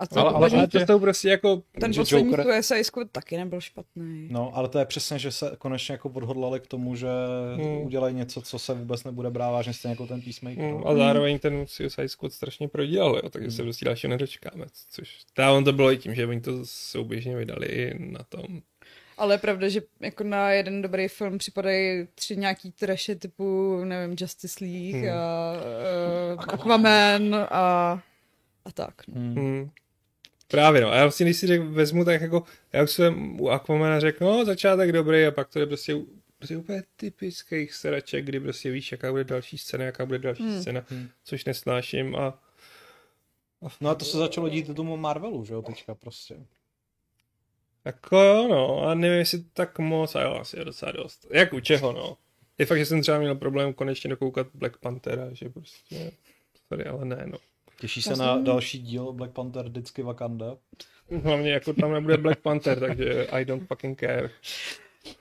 A to,
Ale-
ale,
Ale,
Možná
ale to
tě-
jsou prostě jako...
ten
že
poslední
Joker-
Joker... CSI Squad taky nebyl špatný.
No, ale to je přesně, že se konečně jako odhodlali k tomu, že
Hmm.
hmm. udělají něco, co se vůbec nebude brát vážně, stejně jako ten Peacemaker.
Mm, A zároveň ten Suicide Squad strašně prodělal, jo, takže se prostě dalšího nedočkáme. Což, ta on to bylo i tím, že oni to souběžně vydali i na tom.
Ale je pravda, že jako na jeden dobrý film připadají tři nějaký trashy typu, nevím, Justice League
Hmm.
hmm. a uh, Aquaman a, a tak. No.
Hmm.
Mm. Právě no, a já vlastně, když si řek, vezmu, tak jako, já už jsem u Aquamana řekl, no začátek dobrý a pak to je prostě, u- prostě úplně typických sraček, kdy prostě víš, jaká bude další scéna, jaká bude další
Mm.
scéna,
Mm.
což nesnáším a
No a to se začalo dít tomu Marvelu, že jo, teďka prostě.
Jako jo, no, a nevím, jestli tak moc, ale asi je docela dost. Jak u čeho, no. Je fakt, že jsem třeba měl problém konečně dokoukat Black Panthera, že prostě, sorry, ale ne, no.
Těší
Já
se
jsem-
na další díl Black Panther vždycky Wakanda.
Hlavně jako tam nebude Black Panther, takže I don't fucking care.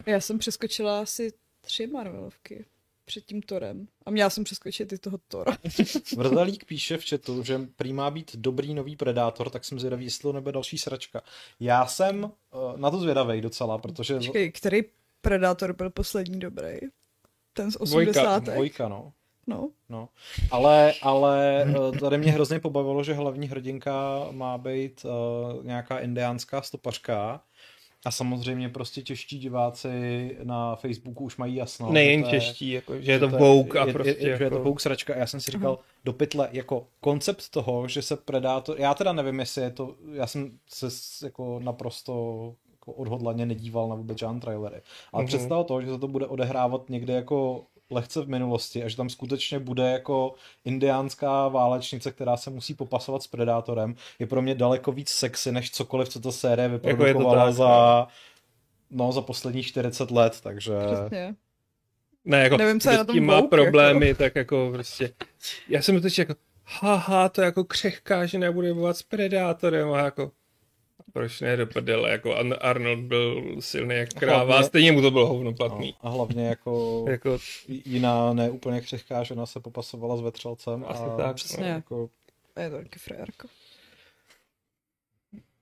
Já jsem přeskočila asi tři Marvelovky před tím Torem. A měla jsem přeskočit i toho Tora.
Vrzalík píše v chatu, že prý má být dobrý nový Predátor, tak jsem zvědavý, jestli to nebude další sračka. Já jsem eh, na to zvědavej docela, protože...
Počkej, který Predátor byl poslední dobrý? Ten z
Dvojka,
80.
Dvojka, no.
No.
No. Ale, ale eh, tady mě hrozně pobavilo, že hlavní hrdinka má být eh, nějaká indiánská stopařka. A samozřejmě prostě čeští diváci na Facebooku už mají jasno. No, že
Nejen
to je-
čeští, jako, že je to
že
Vogue a
je-
prostě
je, je, že je to
jako... Mhm.
vouk sračka a já jsem si říkal do pytle, jako koncept toho, že se Predátor, já teda nevím, jestli je to, já jsem se s- jako naprosto jako odhodlaně nedíval na vůbec žádné trailery, ale
Mhm.
představa toho, že se to bude odehrávat někde jako lehce v minulosti a že tam skutečně bude jako indiánská válečnice, která se musí popasovat s Predátorem, je pro mě daleko víc sexy, než cokoliv, co ta série
Jako to
vyprodukovala
tak,
za, no, za posledních 40 let, takže...
Přesně.
Ne, jako,
Nevím, co je
kdo
na
s
tom
tím má
Vogue,
problémy, tak jako prostě, já jsem totiž jako, haha, to je jako křehká, že nebude bovat s Predátorem a jako, proč ne do prdele, jako An- Arnold byl silný jak kráva, a
Hlavně-
stejně mu to bylo hovno platný.
no, A hlavně jako
No. Jako,
jiná neúplně křehká žena se popasovala s vetřelcem.
Asi
a
tak,
Přesně.
no.
Jako,
A je to taky frérko.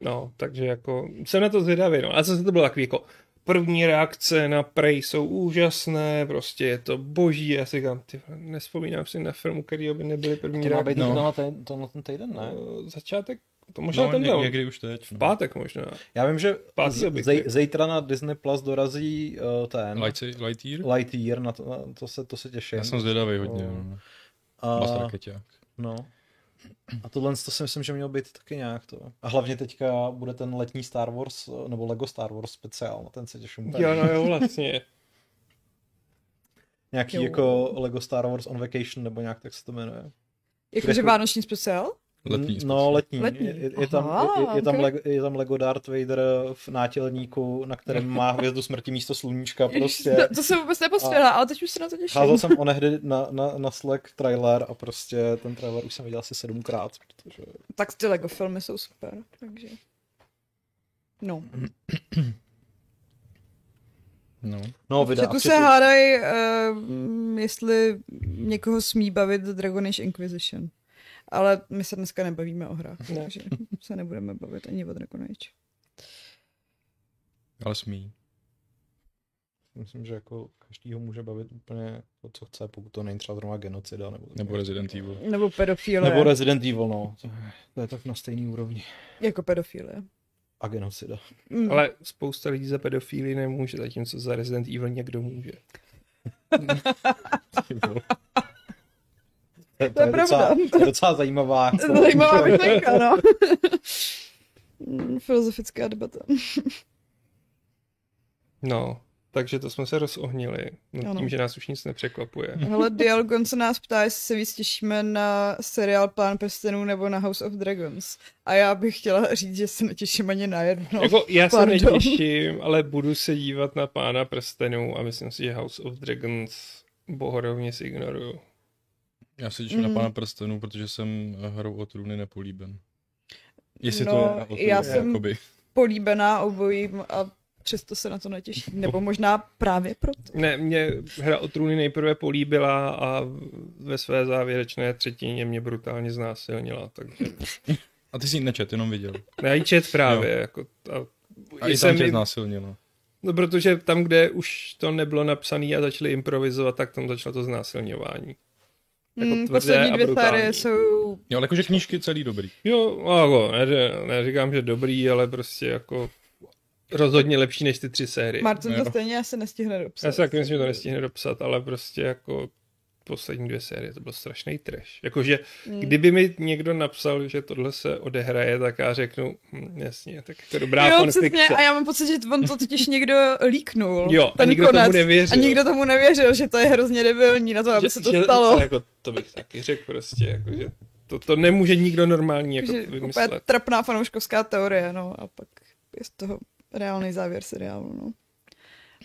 no, takže jako, jsem na to zvědavý, no, a zase to bylo takový jako, první reakce na Prey jsou úžasné, prostě je to boží, já si říkám, ty vole, nespomínám si na filmu, který by nebyly první
to má být
reakce.
no.
no. ten, tenhle ten týden, ne?
Eh, Začátek, to možná
no
ten
ně,
byl,
někdy už teď.
v
No.
pátek možná.
Já vím, že
Pátý
z-
objekt.
zej, zejtra na Disney Plus dorazí uh, ten
Lights- Lightyear?
Lightyear, na to, na to, se, to se těším.
Já jsem zvědavý hodně.
To-
No.
a,
Bas rakeťák.
no. A tohle to si myslím, že mělo být taky nějak to. A hlavně teďka bude ten letní Star Wars, eh, nebo Lego Star Wars speciál, na ten se těším. úplně.
Jo, no jo, vlastně.
Nějaký
Jo.
jako Lego Star Wars on Vacation, nebo nějak tak se to jmenuje.
Jakože Jako, vánoční speciál?
Letní
No, letní.
Letní.
letní. Je, je, tam,
Aha,
je, je, je, tam
ok.
Lego, je tam Lego Darth Vader v nátělníku, na kterém má hvězdu smrti místo sluníčka prostě.
To, to jsem vůbec nepostřehla, ale teď už se na to těším.
Házel jsem onehdy na, na, na Slack trailer a prostě ten trailer už jsem viděl asi sedmkrát, protože
Tak ty Lego filmy jsou super, takže... No.
No.
no,
V
videa
chatu se hádají, uh, jestli někoho smí bavit Dragon Age Inquisition. Ale my se dneska nebavíme o hrách,
Ne.
takže se nebudeme bavit ani o Dragon Age.
Ale smí.
Myslím, že jako každýho může bavit úplně to, co chce, pokud to není třeba zrovna genocida. Nebo,
Nebo Resident Evil.
Nebo pedofilie.
Nebo Resident Evil, no. To je- To je tak na stejný úrovni.
Jako pedofilie.
A genocida.
Mm.
Ale spousta lidí za pedofíly nemůže, zatímco za Resident Evil někdo může.
To je, to
To je
je, docela,
pravda.
to je docela zajímavá.
Zajímavá myšlenka, no. Mm, Filozofická debata.
No, takže to jsme se rozohnili nad
Ano.
tím, že nás už nic nepřekvapuje.
Hele, Dialgon se nás ptá, jestli se víc těšíme na seriál Plán prstenů nebo na House of Dragons. A já bych chtěla říct, že se netěším ani na jedno.
Jako, já se
pardon.
netěším, ale budu se dívat na Pána prstenů a myslím si, že House of Dragons bohorovně si ignoruju.
Já si těším mm. na Pána prstenů, protože jsem eh, hrou o trůny nepolíben. Jestli to
No,
je hra o trůny,
já jsem-
jakoby.
Políbená obojím a přesto se na to netěším. Nebo možná právě proto.
Ne, mě hra o trůny nejprve políbila a ve své závěrečné třetině mě brutálně znásilnila, takže
A ty jsi ji nečet, jenom viděl.
já ji čet právě, jako a,
A i tam tě znásilnila.
No protože tam, kde už to nebylo napsané a začali improvizovat, tak tam začalo to znásilňování. Jako
Mm,
tvrdé
poslední
a
dvě
brutální.
série jsou
Jo, ale jakože knížky celý dobrý.
Jo, jako, ne, neříkám, že dobrý, ale prostě jako rozhodně lepší než ty tři série.
Martin to
Jo.
stejně asi nestihne dopsat.
Já si taky myslím, že to nestihne dopsat, ale prostě jako poslední dvě série, to byl strašný trash. Jakože,
Hmm.
kdyby mi někdo napsal, že tohle se odehraje, tak já řeknu, hm, jasně, tak je to dobrá
jo, přesně,
fanfikce.
a já mám pocit, že on to totiž někdo líknul.
Jo, a
ten
nikdo
konec,
tomu nevěřil.
A nikdo tomu nevěřil, že to je hrozně debilní na to, aby se to stalo.
Jako, to bych taky řekl prostě, jakože to, to nemůže nikdo normální jako
Takže úplně
vymyslet.
trapná fanouškovská teorie, no a pak je z toho reálný závěr seriálu, no.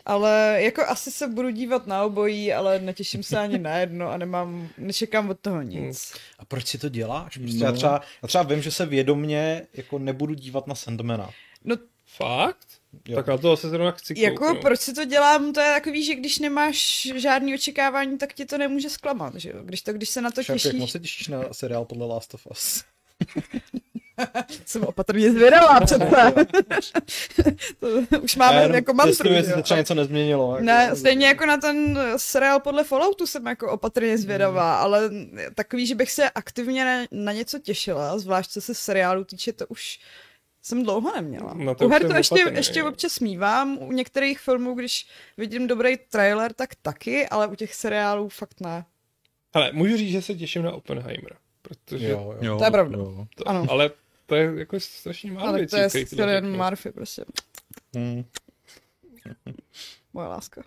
Ale jako asi se budu dívat na obojí, ale netěším se ani na jedno a nemám, nečekám od toho
Hmm.
nic.
A proč si to děláš? Prostě já, třeba, já třeba vím, že se vědomně jako nebudu dívat na Sandmana.
No
Fakt?
Jo.
Tak na toho se zrovna chci
jako
kouknout.
proč si to dělám, to je takový, že když nemáš žádný očekávání, tak ti to nemůže zklamat, že jo? Když to, když se na to
Šéf, jak moc
těšíš,
se těšíš na seriál podle Last of Us?
jsem opatrně zvědavá přece. to už máme
jenom
jako mantru,
testuju, jestli
že
to
jo?
třeba něco nezměnilo. Jako,
Ne, stejně jako na ten seriál podle Falloutu jsem jako opatrně zvědavá, mm. ale takový, že bych se aktivně na, na něco těšila, zvlášť co se seriálu týče, to už jsem dlouho neměla.
Na to
U
už
her
jsem
to ještě,
opatrný,
ještě
jo.
občas mívám, u některých filmů, když vidím dobrý trailer, tak taky, ale u těch seriálů fakt ne.
Hele, můžu říct, že se těším na Oppenheimera, protože
Jo, jo.
Jo,
To je pravda.
Jo.
to,
ano.
ale to je jako strašně málo
ale
věcí,
to je
který tyhle
Cillian
řeknou.
Murphy, prostě
Hm.
moje láska.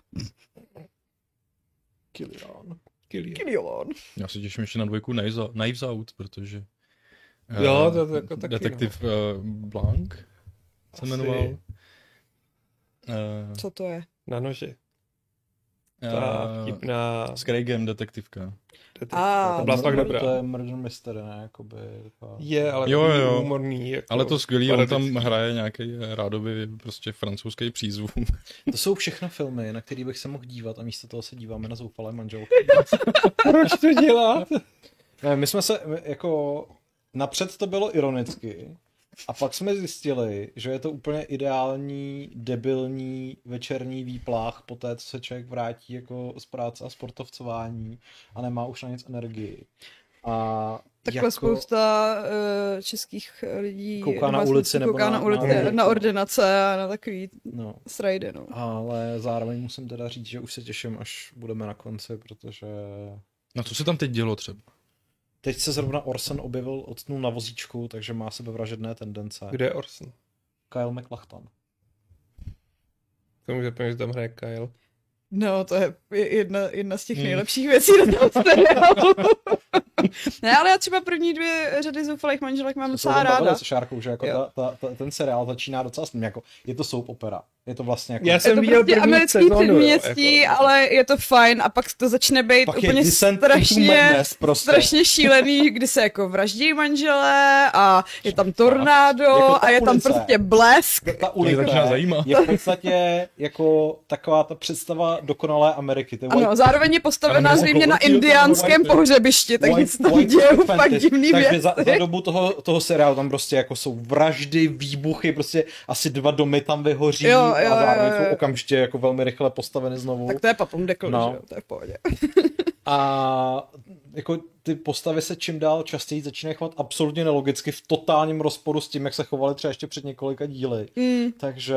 Killian. Killian.
Kilion.
Já se těším ještě na dvojku Knives Out- Knives Out, protože... eh,
Jo, to- to jako taky,
Detektiv eh, Blank se
Asi.
jmenoval. Eh,
Co to je?
Na nože. Ta
eh,
vtipná...
S Craigem detektivka.
A,
To byla fakt
Murder- To
dobrá.
je Murder Mystery, ne? Jakoby, jako...
Je, ale
Jo,
jo,
jo.
jo. humorný. Jako
Ale to skvělý, on tam
parodický.
hraje nějaký rádoby prostě francouzský přízvuk.
To jsou všechno filmy, na které bych se mohl dívat a místo toho se díváme na zoufalé manželky.
Proč to dělat?
Ne, my jsme se my, jako... Napřed to bylo ironicky a pak jsme zjistili, že je to úplně ideální, debilní večerní výplach po té, co se člověk vrátí jako z práce a sportovcování a nemá už na nic energii. A
Takhle jako... spousta uh, českých eh, lidí
Kouká na
doma
ulici
smyslí,
nebo
kouká
na-
na, ulici,
na-
na, na ordinace a na takový
No,
srajdy, no.
ale zároveň musím teda říct, že už se těším, až budeme na konci, protože
Na co se tam teď dělo třeba?
teď se zrovna Orson objevil odtnul na vozíčku, takže má sebevražedné tendence.
Kde je Orson?
Kyle McLachlan.
To může pojít, že tam hraje Kyle.
No, to je jedna, jedna z těch
Hmm.
nejlepších věcí na toho seriálu. ne, ale já třeba první dvě řady zoufalých manželek mám docela ráda.
s Šárkou, že jako
Jo.
ta, ta, ta, ten seriál začíná docela s tím, jako je to soap opera. Je to vlastně jako...
Já
Je
jsem
to
viděl
prostě
první
americký
sezonu, jo,
předměstí,
jako.
ale je to fajn a pak to začne být
pak
úplně
je Descent into
strašně,
Madness prostě.
strašně šílený, kdy se jako vraždí manželé a je tam tornádo
Jako ta Jako
a je tam
ulice.
prostě blesk.
Ta
To mě začíná
ulice
zajímat.
je v podstatě jako taková ta představa dokonalé Ameriky. To je
Ano, zároveň je postavená
Ale
zřejmě na
nemohlo-
indiánském
White-
pohřebiště, takže se tam
White
dějou
Fantasy.
fakt divný
Takže
věci.
Za, za dobu toho, toho seriálu tam prostě jako jsou vraždy, výbuchy, prostě asi dva domy tam vyhoří
Jo,
a
jo,
zároveň
jo, jo.
jsou okamžitě jako velmi rychle postaveny znovu.
Tak to je papom dekl,
No.
no. že jo, to je v pohodě.
A jako ty postavy se čím dál častěji začínají chovat absolutně nelogicky v totálním rozporu s tím, jak se chovali třeba ještě před několika díly.
Mm.
Takže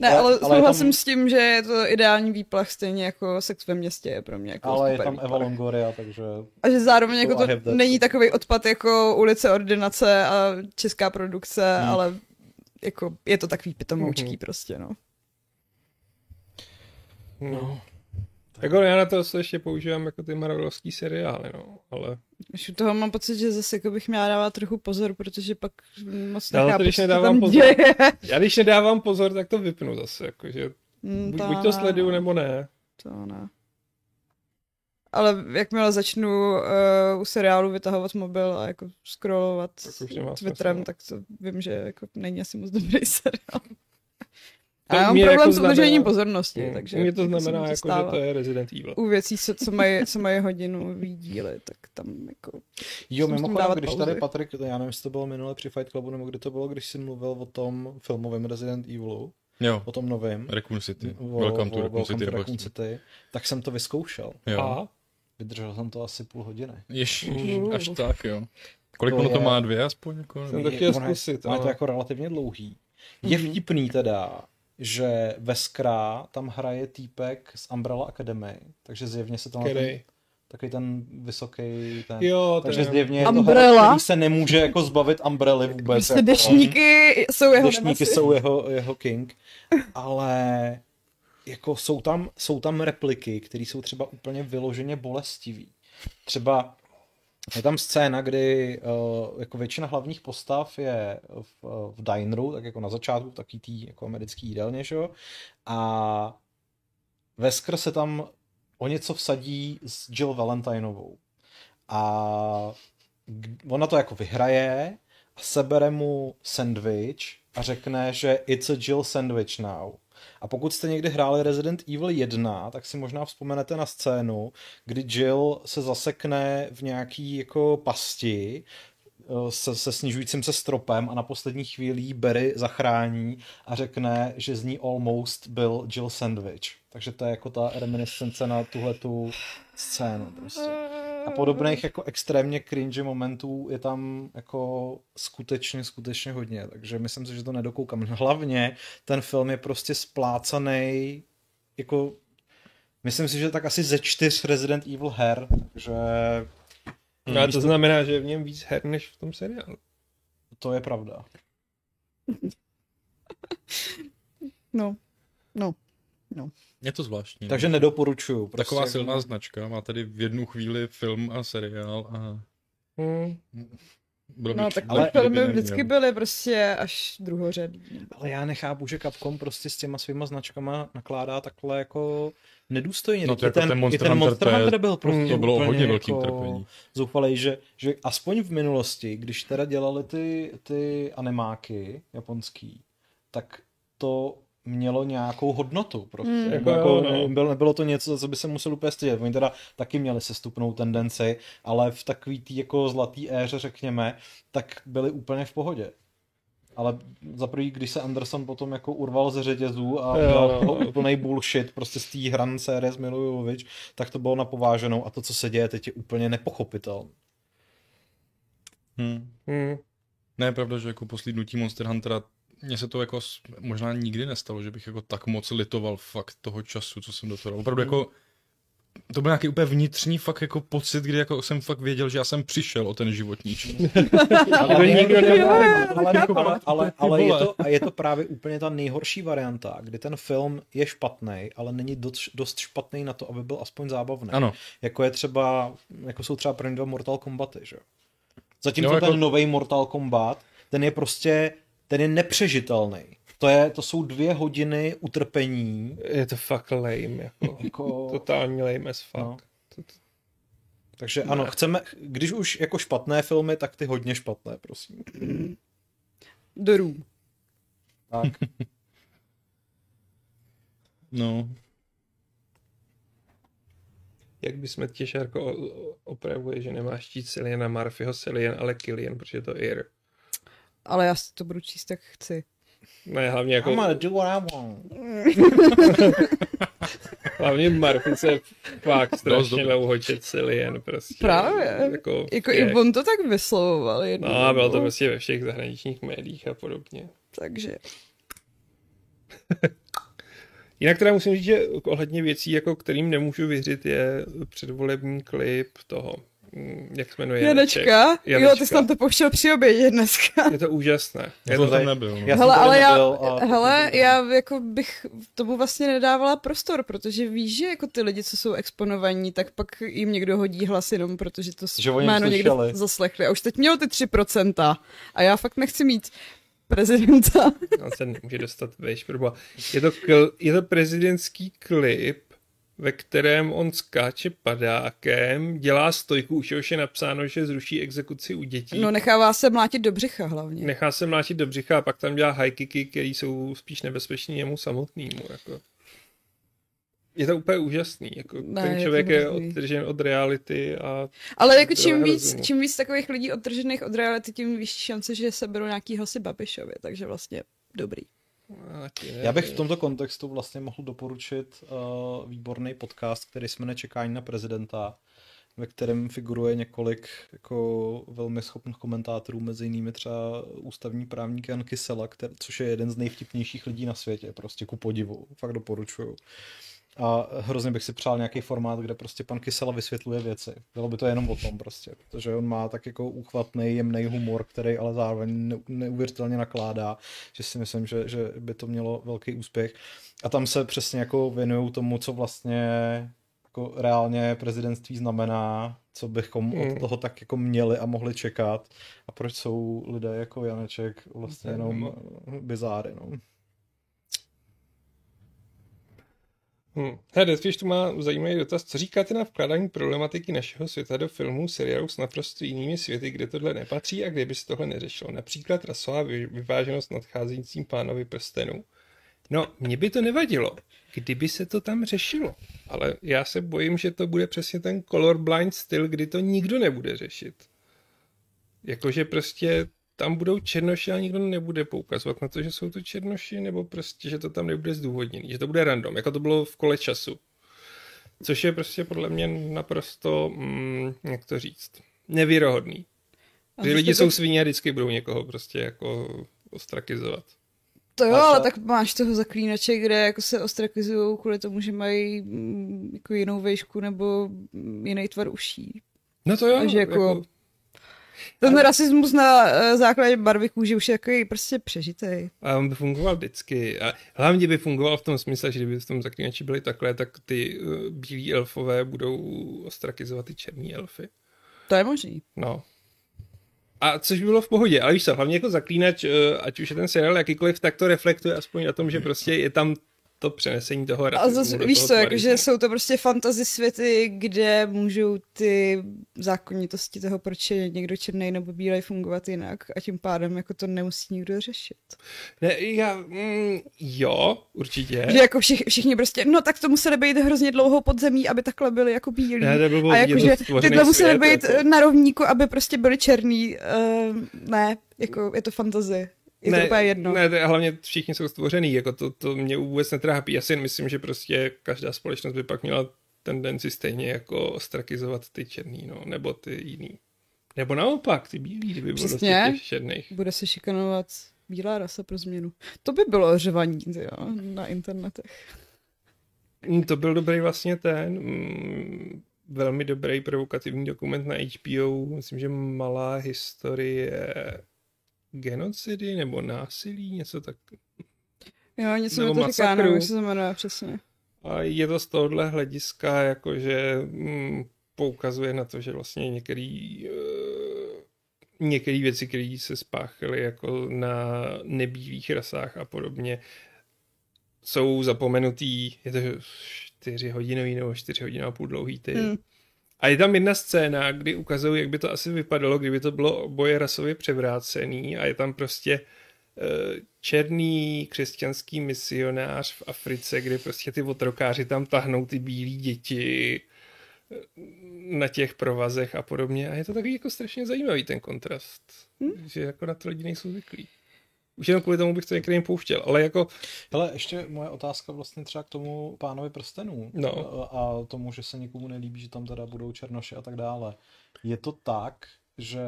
Ne,
Ale-
ale, ale
ale je
souhlasím
tam-
s tím, že je to ideální výplach, stejně jako sex ve městě je pro mě jako
ale je
super
tam
výplach.
Eva Longoria, takže
A že zároveň jako
Oh, I have
to
that.
není takový odpad jako ulice ordinace a česká produkce,
Mm.
ale jako je to takový pitomoučký
Hmm.
Mhm.
prostě, no.
No. Jako já na to se ještě používám jako ty marvelovský seriály, no, ale...
Už u toho mám pocit, že zase jako bych měla dávat trochu pozor, protože pak moc
Já na to,
nechápu,
když
co se
nedávám
tam
pozor,
děje.
Já když nedávám pozor, tak to vypnu zase, jakože
Mm,
jako, buď, buď to
ne,
sleduju, nebo ne.
To ne. ale jakmile začnu uh, u seriálu vytahovat mobil a jako scrollovat
Tak už nemá smysl,
Twitterem,
no.
tak to vím, že jako není asi moc dobrý seriál. A
To
já mám
mě jako
problém s
znamená-
udržením pozornosti,
Mm,
takže...
Mně to
jako se mi
znamená, jako, že
stává.
to je Resident Evil.
U věcí, co, co, mají, co mají hodinový díly, tak tam jako...
Jo,
Musím
mimochodem,
dávat
když
pauzy.
tady Patrik, já nevím, jestli to bylo minule při Fight Clubu, nebo kde to bylo, když jsi mluvil o tom filmovém Resident Evilu,
Jo,
o tom novém,
Raccoon City.
o-
Welcome to
o-
Raccoon City.
to
nebo
Raccoon
jak-
City, tak jsem to vyzkoušel.
Jo.
A
Vydržel jsem to asi půl hodiny.
Ježiš,
Uh.
až tak, jo. Kolik
To
ono to
je-
má dvě aspoň? Jako,
Jsem
nebo...
to chtěl
Ono je-
zkusit,
Ono je to
ale- Mhm.
jako relativně dlouhý. Je vtipný teda, že ve Skra tam hraje týpek z Umbrella Academy, takže zjevně se to na ten,
který?
takový ten vysoký ten...
Jo, to
takže
je...
zjevně je to
Umbrella?
hra, který se nemůže jako zbavit Umbrelly vůbec.
Prostě
jako.
dešníky jsou jeho
Deštníky
nemesis.
jsou jeho, jeho king, ale jako jsou tam, jsou tam repliky, které jsou třeba úplně vyloženě bolestivý. Třeba je tam scéna, kdy uh, jako většina hlavních postav je v, v dineru, tak jako na začátku, v taky tý jako americký jídelně, že jo? A Vesker se tam o něco vsadí s Jill Valentineovou. A k- ona to jako vyhraje a sebere mu sandwich a řekne, že it's a Jill sandwich now. A pokud jste někdy hráli Resident Evil 1, tak si možná vzpomenete na scénu, kdy Jill se zasekne v nějaký jako pasti eh, se, se snižujícím se stropem a na poslední chvíli jí Barry zachrání a řekne, že z ní almost byl Jill Sandwich. Takže to je jako ta reminiscence na tuhletu scénu. Prostě. A podobných jako extrémně cringe momentů je tam jako skutečně, skutečně hodně, takže myslím si, že to nedokoukám. Hlavně ten film je prostě splácaný jako myslím si, že tak asi ze čtyř Resident Evil her, takže
No, ale to znamená, že je v něm víc her než v tom seriálu.
to je pravda.
No, no.
Je to zvláštní.
Takže nedoporučuju. Prostě
Taková
jako-
silná značka, má tady v jednu chvíli film a seriál a...
Hmm.
Bylo
No,
by-
tak
bylo by
ale filmy
kdyby
vždycky
neměl.
byly prostě až druhořadní.
Ale já nechápu, že Capcom prostě s těma svýma značkama nakládá takhle jako nedůstojně.
No to
I
jako ten Monster
i ten
Hunter,
Monster
to je-
Hunter byl prostě
To bylo
úplně
hodně velkým
jako
trpení.
Zoufalej, že, že aspoň v minulosti, když teda dělali ty, ty animáky japonský, tak to mělo nějakou hodnotu. Prostě.
Hmm.
Jako,
Jako
jako,
jo, no.
nebylo, nebylo to něco, za co by se musel úplně stydět. Oni teda taky měli sestupnou tendenci, ale v takový tý jako zlatý éře, řekněme, tak byli úplně v pohodě. Ale za prvý, když se Anderson potom jako urval ze řetězů a
Jo,
udělal
no.
toho úplnej bullshit prostě z té hran série s Milojovič, tak to bylo na pováženou a to, co se děje teď, je úplně nepochopitelné.
Hmm.
Hmm.
Ne, je pravda, že jako poslídnutí Monster Huntera, mně se to jako s- možná nikdy nestalo, že bych jako tak moc litoval fakt toho času, co jsem do toho. dal. Opravdu jako to byl nějaký úplně vnitřní fakt jako pocit, kdy jako jsem fakt věděl, že já jsem přišel o ten životní čas.
Ale,
Jako nikdo
někdo-
nebyl.
ale, ale, ale, ale,
Ty
ale je
vole.
to, a je to právě úplně ta nejhorší varianta, kdy ten film je špatný, ale není dost, dost špatný na to, aby byl aspoň zábavný.
Ano,
Jako je třeba, jako jsou třeba první dva Mortal Kombaty, že jo. Zatímco
Jo,
no,
jako-
jako... ten nový Mortal Kombat, ten je prostě, ten je nepřežitelný. To, je, to jsou dvě hodiny utrpení,
Je to fakt lame, jako.
jako...
No.
Totální lame as fuck.
No.
No.
Takže ano, chceme, když už jako špatné filmy, tak ty hodně špatné, prosím.
The Room.
Tak.
no.
Jak bychom tě, Šárko, o- o- opravuje, že nemáš číst Ciliana Murphyho Cillian, ale Killian, protože je to Ir.
Ale já si to budu číst, jak chci.
Ne, hlavně jako,
I'm gonna do what I want.
hlavně Murphy se fakt strašně
dobrý.
dlouho čet Cillian, prostě.
Právě.
Jako,
Jako
je.
i on to tak vyslovoval jednou.
No, bylo to prostě ve všech zahraničních médiích a podobně.
Takže
Jinak teda musím říct, že ohledně věcí, jako kterým nemůžu věřit, je předvolební klip toho, mm, jak se jmenuje?
Janečka, jo, ty jsi tam to pouštěl při obědě dneska.
Je to úžasné.
Já
Je
jsem
to
tam
tam...
nebyl. No.
Já
Hele,
jsem tady
ale já,
nebyl a-
hele, já jako bych tomu vlastně nedávala prostor, protože víš, že jako ty lidi, co jsou exponovaní, tak pak jim někdo hodí hlas jenom, protože to
Že o něm
jméno někdo
slyšeli.
zaslechli. A už teď mělo ty 3% a já fakt nechci mít prezidenta.
On se nemůže dostat veš, proboha. Je to, kl... je to prezidentský klip ve kterém on skáče padákem, dělá stojku, už jehož je napsáno, že zruší exekuci u dětí.
No nechává se mlátit do břicha hlavně.
Nechá se mlátit do břicha a pak tam dělá high kicky, které jsou spíš nebezpečné jemu samotnému. Jako. Je to úplně úžasný. Jako,
Ne,
ten
je to
člověk je
hrozný.
odtržen od reality a
Ale jako
To
čím
je
víc,
hrozný.
čím víc takových lidí odtržených od reality, tím vyšší šance, že se berou nějaký hlasy Babišovi, takže vlastně dobrý.
a ti ne-
Já bych v tomto kontextu vlastně mohl doporučit uh, výborný podcast, který se jmenuje Čekání na prezidenta, ve kterém figuruje několik jako velmi schopných komentátorů, mezi jinými třeba ústavní právník Jan Kysela, který, což je jeden z nejvtipnějších lidí na světě, prostě ku podivu, fakt doporučuju. A hrozně bych si přál nějaký formát, kde prostě pan Kysela vysvětluje věci. Bylo by to jenom o tom prostě, protože on má tak jako úchvatný, jemný humor, který ale zároveň ne- neuvěřitelně nakládá, že si myslím, že, že by to mělo velký úspěch. A tam se přesně jako věnují tomu, co vlastně jako reálně prezidentství znamená, co bychom
Mm.
od toho tak jako měli a mohli čekat a proč jsou lidé jako Janeček vlastně
Tak,
jenom
no.
bizáry. No.
Hm. Hele, Deathwish tu má zajímavý dotaz. Co říkáte na vkládání problematiky našeho světa do filmů, seriálů s naprosto jinými světy, kde tohle nepatří a kde by se tohle neřešilo? Například rasová vy- vyváženost nadcházejícím pánovi prstenů. No, mně by to nevadilo, kdyby se to tam řešilo. Ale já se bojím, že to bude přesně ten colorblind styl, kdy to nikdo nebude řešit. Jakože prostě tam budou černoši a nikdo nebude poukazovat na to, že jsou to černoši, nebo prostě, že to tam nebude zdůvodněný, že to bude random, jako to bylo v kole času. Což je prostě podle mě naprosto, mm, jak to říct, nevěrohodný.
A
Ty
to
lidi
jste
jsou svině a vždycky budou někoho prostě jako ostrakizovat.
To jo,
A co?
ale tak máš toho zaklínače, kde jako se ostrakizují kvůli tomu, že mají mm, jako jinou vejšku nebo mm, jiný tvar uší.
No to jo,
Takže jako- Ten ale... rasismus na eh, základě barvy kůže už je takový prostě přežitý.
A on by fungoval vždycky. A hlavně by fungoval v tom smyslu, že kdyby v tom zaklínači byli takhle, tak ty eh, bílí elfové budou ostrakizovat ty černí elfy.
To je možný.
No. A což by bylo v pohodě, ale víš co, hlavně jako zaklínač, eh, ať už je ten seriál jakýkoliv, tak to reflektuje aspoň na tom, že prostě je tam to přenesení toho
A
rasismu.
zase,
do
víš
toho
co,
tvarismu.
jakože jsou to prostě fantasy světy, kde můžou ty zákonitosti toho, proč je někdo černý nebo bílej fungovat jinak a tím pádem jako to nemusí nikdo řešit.
Ne, já, mm, jo, určitě.
Že jako všich, všichni prostě, no tak to museli být hrozně dlouho pod zemí, aby takhle byli jako bílí.
Ne, to by bylo
a
vidět,
jakože
to stvořený
tyhle museli
svět,
být
jako.
jako. na rovníku, aby prostě byli černý. Uh, ne, jako je to fantazy. Je ne, to úplně jedno. Ne.
Ne, to je- hlavně všichni jsou stvořený, jako to, to mě vůbec netrápí. Já si jen myslím, že prostě každá společnost by pak měla tendenci stejně jako ostrakizovat ty černý, no, nebo ty jiný. Nebo naopak, ty bílí, kdyby bylo dost
Přesně.
těch černých.
Bude se šikanovat bílá rasa pro změnu. To by bylo řvaní, jo, na internetech.
Mm, To byl dobrý vlastně ten, mm, velmi dobrý provokativní dokument na HBO, myslím, že malá historie genocidy nebo násilí, něco tak.
Jo, něco
Nebo
mi to říká,
masakru.
nevím, jak se to jmenuje přesně.
A je to z tohohle hlediska, jakože mm, poukazuje na to, že vlastně některý, eh, některý věci, které se spáchaly jako na nebílých rasách a podobně, jsou zapomenutý, je to čtyři hodinový nebo čtyři hodina a půl dlouhý ty.
Hmm.
A je tam jedna scéna, kdy ukazují, jak by to asi vypadalo, kdyby to bylo oboje rasově převrácený a je tam prostě eh, černý křesťanský misionář v Africe, kde prostě ty otrokáři tam tahnou ty bílí děti eh, na těch provazech a podobně. A je to takový jako strašně zajímavý ten kontrast, hmm? že jako na to lidi nejsou zvyklí. Už jenom kvůli tomu bych to někdy pouštěl, ale jako
Hele, ještě moje otázka vlastně třeba k tomu pánovi prstenů
No.
a a tomu, že se nikomu nelíbí, že tam teda budou černoši a tak dále. Je to tak, že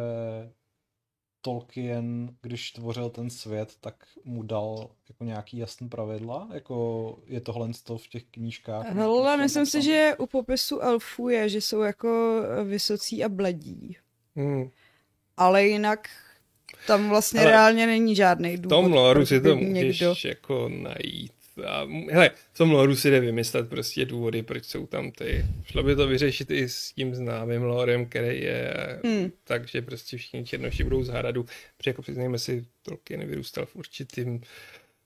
Tolkien, když tvořil ten svět, tak mu dal jako nějaký jasný pravidla, jako je tohle to v těch knížkách. Prostě
Hele,
Jsou
myslím si,
napsané?
že u popisu elfů je, že jsou jako vysocí a bledí.
hmm,
Ale jinak tam vlastně
Ale
ale reálně není žádný
v
důvod.
tom loru
proč
si
by
to můžeš
někdo...
jako najít. A, m- hele, v tom loru si jde vymyslet prostě důvody, proč jsou tam ty. Šlo by to vyřešit i s tím známým lorem, který je
Hmm.
tak, že prostě všichni černoši budou z hradu. Protože jako přiznejme si, Tolkien vyrůstal v určitým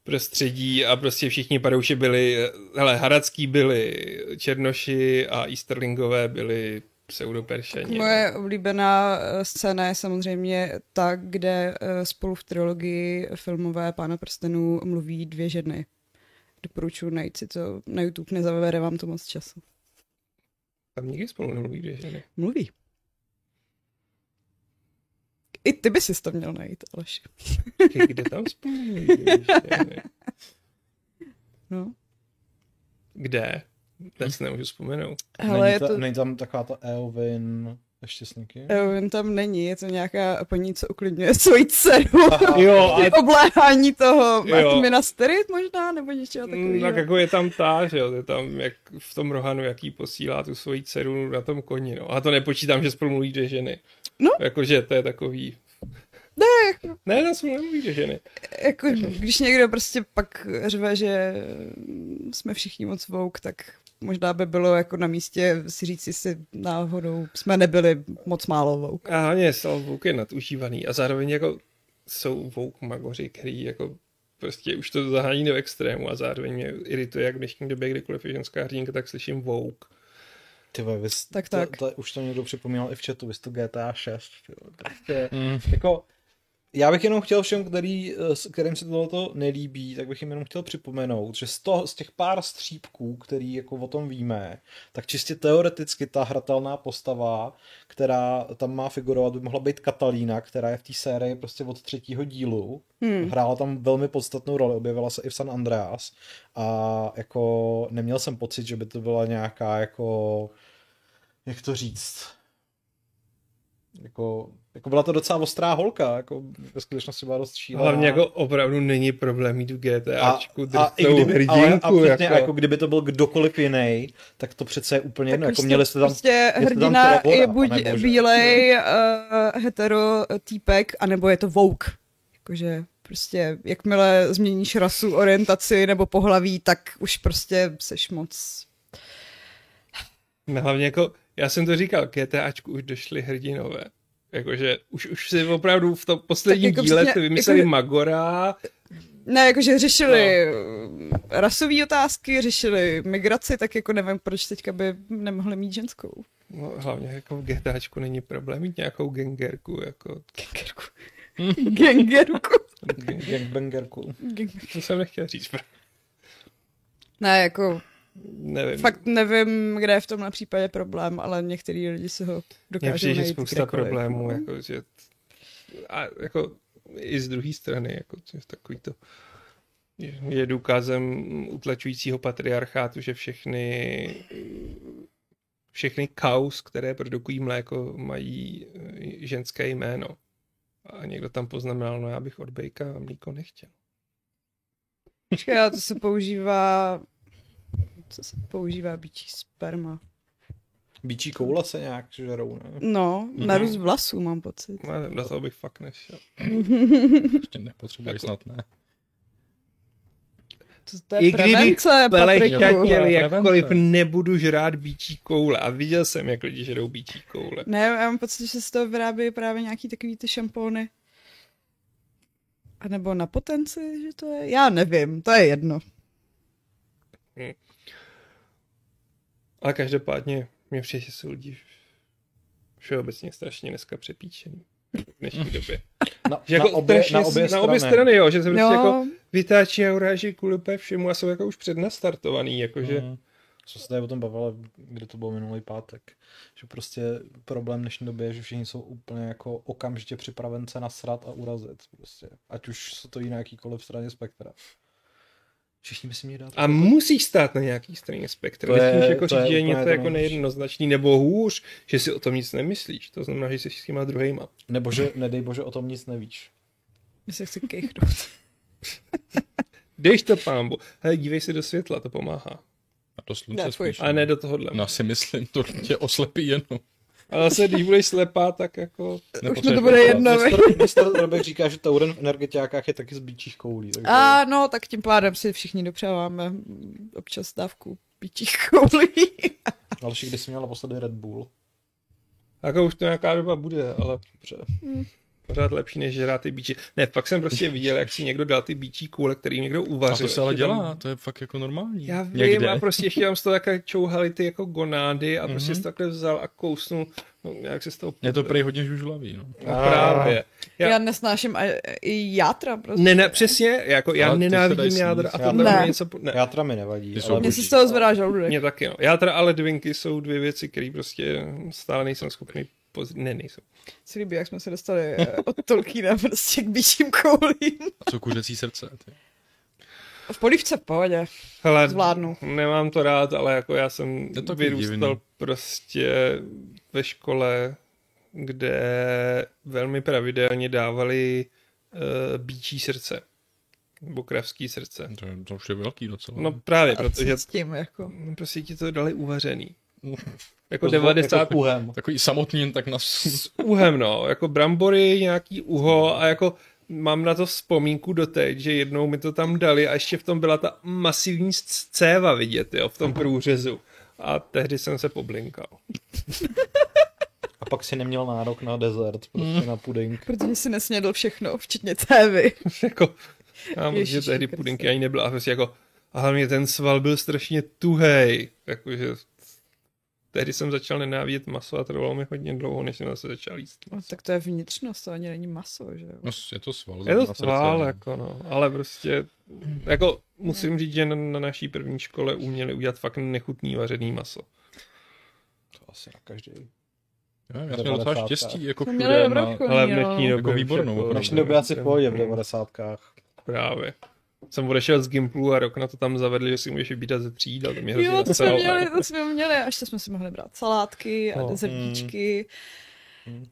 prostředí a prostě všichni padouši byli, hele, Hradský byli Černoši a Easterlingové byli pseudoperšani.
Moje oblíbená eh, scéna je samozřejmě ta, kde eh, spolu v trilogii filmové Pána prstenů mluví dvě ženy. Doporučuji najít si to na YouTube, nezavere vám to moc času.
Tam nikdy spolu nemluví dvě ženy.
Mluví. I ty by si to měl najít, Aleši.
Počkej, Kde tam spolu mluví dvě ženy?
No.
Kde? Teď si nemůžu vzpomenout.
Hele,
není,
je
ta,
to,
není tam taková ta Eowyn ještě s někým?
Eowyn tam není, je to nějaká paní, co uklidňuje svoji dceru.
Jo,
Ty obléhání toho
Jo.
Martmina Sterit možná, nebo něčeho
Mm,
takového.
Tak jako je tam ta, že jo, je tam jak v tom Rohanu, jaký posílá tu svoji dceru na tom koni, no. A to nepočítám, že spolu mluví dvě ženy.
No.
Jakože to je takový... Ne, ne, tam spolu nemluví dvě ženy.
Jako, když někdo prostě pak řve, že jsme všichni moc vouk, tak možná by bylo jako na místě si říct, jestli náhodou jsme nebyli moc málo vouk.
A hlavně Sal Vouk je nadužívaný a zároveň jako jsou Vouk magoři, který jako prostě už to zahání do extrému a zároveň mě irituje, jak v dnešní době, kdykoliv je ženská hrdinka, tak slyším Vouk.
Ty vole, vys,
Tak,
to-
tak.
To, už to někdo připomínal i v chatu, vy jste GTA 6. ty vole, Prostě, jako, já bych jenom chtěl všem, který, eh, s- kterým se tohleto nelíbí, tak bych jim jenom chtěl připomenout, že z, toho, z těch pár střípků, který jako o tom víme, tak čistě teoreticky ta hratelná postava, která tam má figurovat, by mohla být Katalína, která je v té sérii prostě od třetího dílu. Hmm. Hrála tam velmi podstatnou roli, objevila se i v San Andreas a jako neměl jsem pocit, že by to byla nějaká jako jak to říct, jako, jako byla to docela ostrá holka, jako ve skutečnosti byla dost šílená.
Hlavně jako opravdu není problém jít v GTAčku
a, a, i
drtou
kdyby, ale, a
hrdinku.
přesně, jako... jako kdyby to byl kdokoliv jiný, tak to přece je úplně jedno. Jako měli jste tam,
prostě
tam
hrdina
Trevora,
je buď
anebo že-
bílej uh, hetero týpek, anebo je to vouk. Jakože prostě jakmile změníš rasu, orientaci nebo pohlaví, tak už prostě seš moc
No hlavně jako, já jsem to říkal, k GTAčku už došli hrdinové. Jakože už, už si opravdu v tom posledním
jako
díle
přesně,
jste vymysleli
jako-
Magora,
Ne, jakože řešili no. rasové otázky, řešili migraci, tak jako nevím, proč teďka by nemohli mít ženskou.
no, hlavně jako v GTAčku není problém mít nějakou gengerku, jako
Gengerku. Gengerku.
gangbangerku.
Gengerku.
to jsem nechtěl říct,
Ne, jako
nevím.
fakt nevím, kde je v tomhle případě problém, ale některý lidi si ho
Mně
dokážou
přijde, že
najít
spousta
kdekoliv. no.
problémů, jako, že a jako i z druhé strany, jako to je takový to je důkazem utlačujícího patriarchátu, že všechny všechny kaus, které produkují mléko, mají eh, ženské jméno. A někdo tam poznamenal, no já bych od bejka mlíko nechtěl.
Počkej, ale to se používá... Co se používá býčí sperma?
Bíčí koule se nějak žerou, ne?
No, na
Mhm.
růst vlasů mám pocit.
No, do toho bych fakt nešel.
Ještě nepotřebuje
Jako-
snad ne.
To, to je prevence, Patriku.
chtěl,
jakkoliv
jakkoliv nebudu žrát bíčí koule. A viděl jsem, jak lidi žerou bíčí koule.
Ne, já mám pocit, že z toho vyrábějí právě nějaký takový ty šampóny. A nebo na potenci, že to je? Já nevím, to je jedno.
Ale každopádně mě přijde, že jsou lidi všeobecně strašně dneska přepíčený v dnešní době.
Na,
Že jako
na, obě,
strašně
na, obě
s-
strany.
na obě strany, jo, že se prostě
Jo.
jako vytáčí a uráží kvůli úplně všemu a jsou jako už přednastartovaný, jakože
Mm.
Mhm.
Co se tady o tom bavilo, kde to bylo minulý pátek? Že prostě problém dnešní doby je, že všichni jsou úplně jako okamžitě připraven se nasrat a urazit. Prostě. Ať už se to jí na jakýkoliv straně spektra. Všichni by si měli dát.
a musíš stát na nějaký straně spektra.
To je-
Nesmíš jako
to je
říct, že je
úplně
něco
to
jako
nejhorší.
nejednoznačný, nebo hůř, že si o tom nic nemyslíš. To znamená, že jsi s těma druhýma.
Nebo že, nedej bože, o tom nic nevíš.
Já se chci kejchnout.
Dejš to pámbu. Hele, dívej se do světla, to pomáhá.
A to slunce
Ne,
ne,
fuj.
spíš.
A ne do tohohle.
No si myslím, to tě oslepí jenom.
Ale zase, když budeš slepá, tak jako...
Už mi to bude jedno. veď.
Mistr, mistr Rebek říká, že Tauren v energetiákách je taky z bíčích koulí. Takže...
A no, tak tím pádem si všichni dopřáváme občas dávku pitích koulí.
Další, kdy jsi měl naposledy Red Bull.
Jako už to nějaká doba bude, ale dobře. pořád lepší, než žrát ty bíči. Ne, pak jsem prostě viděl, jak si někdo dal ty bíčí koule, který někdo uvařil.
A to se ale dělá, to je fakt jako normální.
Já vím,
Někde.
a prostě ještě tam z toho takhle čouhali ty jako gonády a prostě mm-hmm. jsi to takhle vzal a kousnul, no, jak se z toho...
Mhm. Je to prý hodně žužlavý, no.
No, právě.
Já,
Já-
já nesnáším a- i játra prostě.
Ne, ne, přesně, jako já
Ale ty se dají
nenávidím
sníst.
jádra a
Já-
tohle
Ne.
mě něco... po- Ne.
Já teda mi nevadí.
Ty jsou
ale
Mně se
boží.
z toho zvedá žaludek.
Mě taky, no. Játra a ledvinky jsou dvě věci, které prostě stále nejsem schopný poz... Ne, nejsem.
Si líbí, jak jsme se dostali eh, od Tolkiena prostě k bíčím koulím.
A co kuřecí srdce. Ty.
V polívce v pohodě.
Hele,
Zvládnu.
Nemám to rád, ale jako já jsem
Je to takový
vyrůstal
divný.
prostě ve škole, kde velmi pravidelně dávali uh, bíčí srdce. Nebo kravský srdce.
To, je- to už je velký docela.
No právě,
A
protože
co s tím, jako.
prostě ti to dali uvařený.
Mm.
Jako
jako s-
90
Jako s uhem.
Takový samotný jen tak na... s-
s uhem, no, jako brambory, nějaký uho a jako mám na to vzpomínku doteď, že jednou mi to tam dali a ještě v tom byla ta masivní sc- céva vidět, jo, v tom průřezu. A tehdy jsem se poblinkal.
A pak si neměl nárok na dezert, prostě na puding.
Protože si nesnědl všechno, včetně tévy.
jako, já myslím, že
Ježíši
tehdy
Kriste.
pudinky ani nebyla, a prostě jako, a hlavně ten sval byl strašně tuhej, jakože tehdy jsem začal nenávidět maso a trvalo mi hodně dlouho, než jsem zase začal jíst.
No, tak to je vnitřnost, to ani není maso, že jo.
No, je to sval.
Je
na
to
srdce,
sval,
no.
jako no, ale prostě, jako musím říct, že na, na naší první škole uměli udělat fakt nechutný vařený maso.
To asi na každý.
Já, já jsem měl docela štěstí, jako
Jsme
všude
měli
na...
dobrou školu,
no, Ale v
jo.
dnešní době
Jako
už
výbornou,
jako-
V
opravdu.
dnešní době asi v pohodě v 90.
Právě. Jsem odešel z Gimplu a rok na to tam zavedli, že si můžeš vybírat ze tříd a to mě hrozně
Jo, to jsme
nasralo,
měli,
ne?
to jsme měli, až to jsme si mohli brát salátky a
No. Mm.
dezertíčky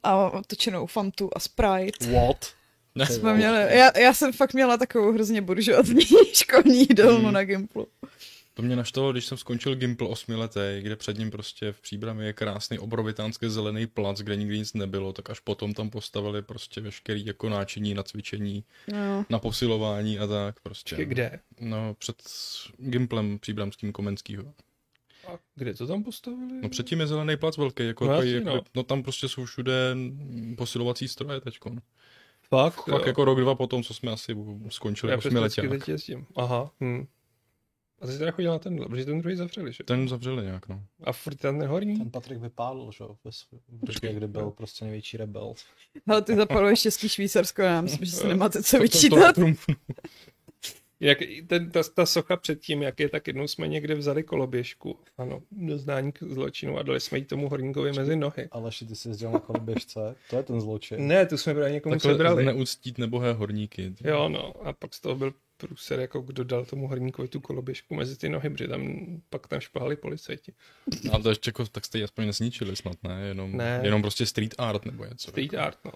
a točenou fantu a Sprite.
What?
Ne.
No.
Jsme měli, já, já jsem fakt měla takovou hrozně buržoazní školní jídelnu
Mm.
na Gimplu.
To mě naštvalo, když jsem skončil Gimpl osmiletý, kde před ním prostě v příbrami je krásný obrovitánský zelený plac, kde nikdy nic nebylo, tak až potom tam postavili prostě veškerý jako náčiní na cvičení,
No.
na posilování a tak prostě.
Kde?
No, před Gimplem příbramským Komenskýho.
A kde to tam postavili?
No předtím je zelený plac velký, jako,
No
no,
jasně,
jako
no.
no. no. tam prostě jsou všude mm, posilovací stroje teďkon.
Fakt,
Fakt jako rok, dva potom, co jsme asi skončili jako
já přes
osmiletě.
vždycky teď jezdím. Aha. Hm. A ty jsi teda chodil na ten, protože ten druhý zavřeli, že?
Ten zavřeli nějak, no.
A furt ten horní?
Ten Patrik vypálil, že jo, ve sv- v době, kdy byl prostě největší rebel.
Ale ty zapaluješ český Švýcarsko, já myslím, že se nemáte co
To, to,
vyčítat.
to, to,
Jak, ten, ta, ta socha předtím, jak je, tak jednou jsme někde vzali koloběžku. Ano, doznání k zločinu a dali jsme ji tomu horníkovi mezi nohy.
Aleši, ty jsi jezdil na koloběžce, to je ten zločin.
Ne, tu jsme právě někomu
takhle
sebrali.
neúctít nebohé horníky.
Jo, no, a pak z toho byl průser, jako kdo dal tomu horníkovi tu koloběžku mezi ty nohy, protože tam pak tam špahali policajti.
A to ještě jako, tak jste ji aspoň nesničili snad, ne? Jenom,
Ne.
ne. jenom prostě street art nebo něco.
Street art, no.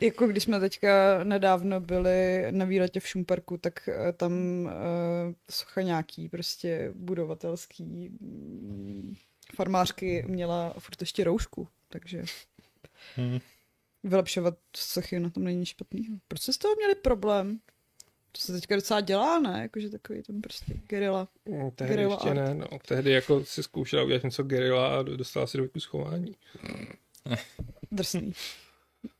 Jako když jsme teďka nedávno byli na výletě v Šumperku, tak eh, tam uh, socha nějaký prostě budovatelský mm, farmářky měla furt ještě roušku, takže
Hmm.
vylepšovat sochy na tom není nic špatného. Proč jste z toho měli problém? To se teďka docela dělá, ne? Jakože takový ten prostě gerila.
Mm, Tehdy
Guerilla
ještě
art.
ne, no. Tehdy jako si zkoušela udělat něco gerila a dostala si do věku schování.
Drsný.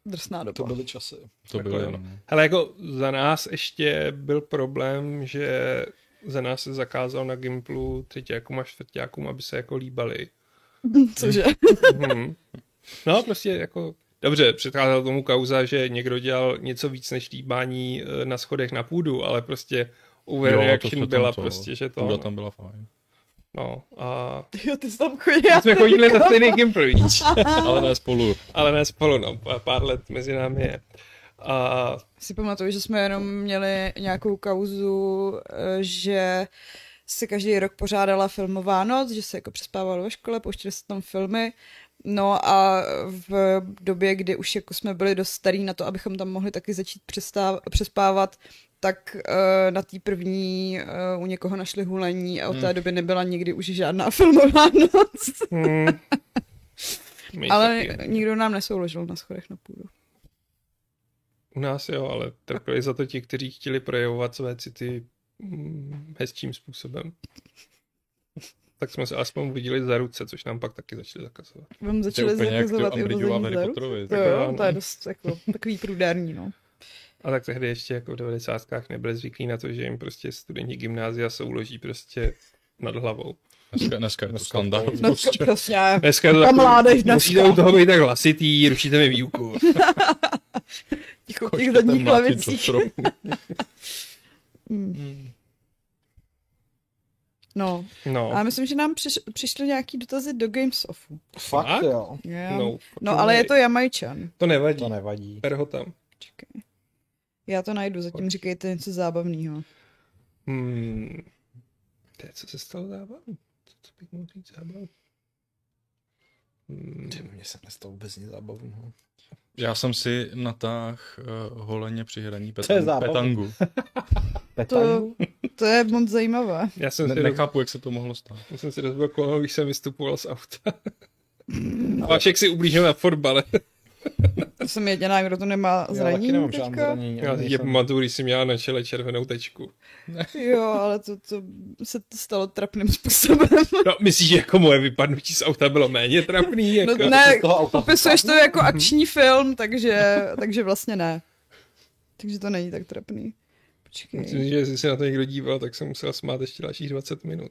Drsná doba.
To byly časy.
To
Jako
bylo no.
jo.
jenom.
Hele, jako za nás ještě byl problém, že za nás se zakázal na Gimplu třetíákům a čtvrtíákům, aby se jako líbali.
Cože?
Mhm. No, prostě jako... Dobře, předcházela tomu kauza, že někdo dělal něco víc než líbání eh, na schodech na půdu, ale prostě overreaction byla prostě, že to...
Půda
No,
tam byla fajn.
no a...
Jo, ty jsi tam chodil.
My jsme chodili na stejný Gimpl, víš?
Ale ne spolu.
Ale ne spolu, no, p- pár let mezi námi je. A
si pamatuju, že jsme jenom měli nějakou kauzu, eh, že se každý rok pořádala filmová noc, že se jako přespávalo ve škole, pouštěli se tam filmy. No a v době, kdy už jako jsme byli dost starý na to, abychom tam mohli taky začít přestáv- přespávat, tak eh, na té první eh, u někoho našli hulení a od
Hmm.
té doby nebyla nikdy už žádná filmová noc.
Hmm. My
Ale
taky.
nikdo nám nesouložil na schodech na půdu.
U nás jo, ale trpěli za to ti, kteří chtěli projevovat své city mm, hezčím způsobem. hmm, tak jsme se aspoň viděli za ruce, což nám pak taky začali zakazovat.
Vám začali
úplně jak
zakazovat
to
i
Umbridgeová v
vození
Harry
za ruce?
Potterovi,
To
tak
jo.
jo, to je dost jako, takový průdární, no.
A tak tehdy ještě jako v 90. nebyli zvyklí na to, že jim prostě studenti gymnázia souloží prostě nad hlavou.
Dneska, dneska je to standard.
No, prostě,
Dneska je to
Ta
takový- Prostě
mládež dneska.
musíte u toho být tak hlasitý, rušíte mi výuku.
ticho v těch zadních lavicích.
stropu.
Hmm. No,
No,
a myslím, že nám přiš, přišly nějaký dotazy do Gamesofu.
Fakt,
Fakt?
jo.
Yeah.
no,
no, ale je to Jamajčan.
To nevadí,
To nevadí.
ber ho tam.
Čekej. Já to najdu, zatím říkejte něco zábavného.
Hmm. To je, co se stalo zábavný? Co, co bych mohl říct zábavný? Hmm.
Mně se dnes to vůbec no. nezabavilo.
Já jsem si natáh uh, holeně při hraní
je
petangu.
zábava.
petangu.
Petangu?
To, to je moc zajímavé.
Já jsem,
Ne,
si roz...
nechápu, jak se to mohlo stát.
já jsem si rozbil koleno, když jsem vystupoval z auta. Vašek si ublížil na fotbale.
To jsem jediná, kdo to nemá
Já taky
zranění
nemám žádné
teďka.
zranění.
Já
ani
si tě
nejsem-
pamatuju, když jsi měla na čele červenou tečku.
Jo, ale to, to se to stalo trapným způsobem.
No, myslíš, že jako moje vypadnutí z auta bylo méně trapný? Jako?
No, ne,
z toho auta
popisuješ to jako
Mhm.
akční film, takže, takže vlastně ne. Takže to není tak trapný. Počkej.
Myslím, že jestli se na to někdo díval, tak jsem musel smát ještě dalších 20 minut.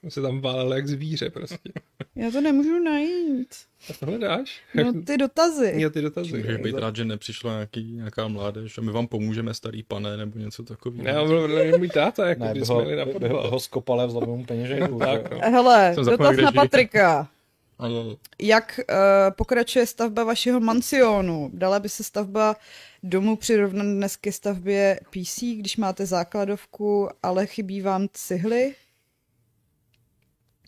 Jsem se tam válel jak zvíře prostě.
Já to nemůžu najít.
A to hledáš?
No ty dotazy.
Měl ty dotazy.
Můžeš být rád, že nepřišla nějaký, nějaká mládež a my vám pomůžeme, starý pane, nebo něco takového.
Ne, on byl vedle mě můj táta, jako
Ne, by
když jsme
ho,
jeli na
by, by
fotbal.
ho skopali a vzali mu peněženku.
Tak, no.
Hele,
Jsem zapomněl,
dotaz
kde
na
žije.
Patrika.
Ano,
Jak uh, pokračuje stavba vašeho mansionu? Dala by se stavba domu přirovnat dnes ke stavbě PC, když máte základovku, ale chybí vám cihly?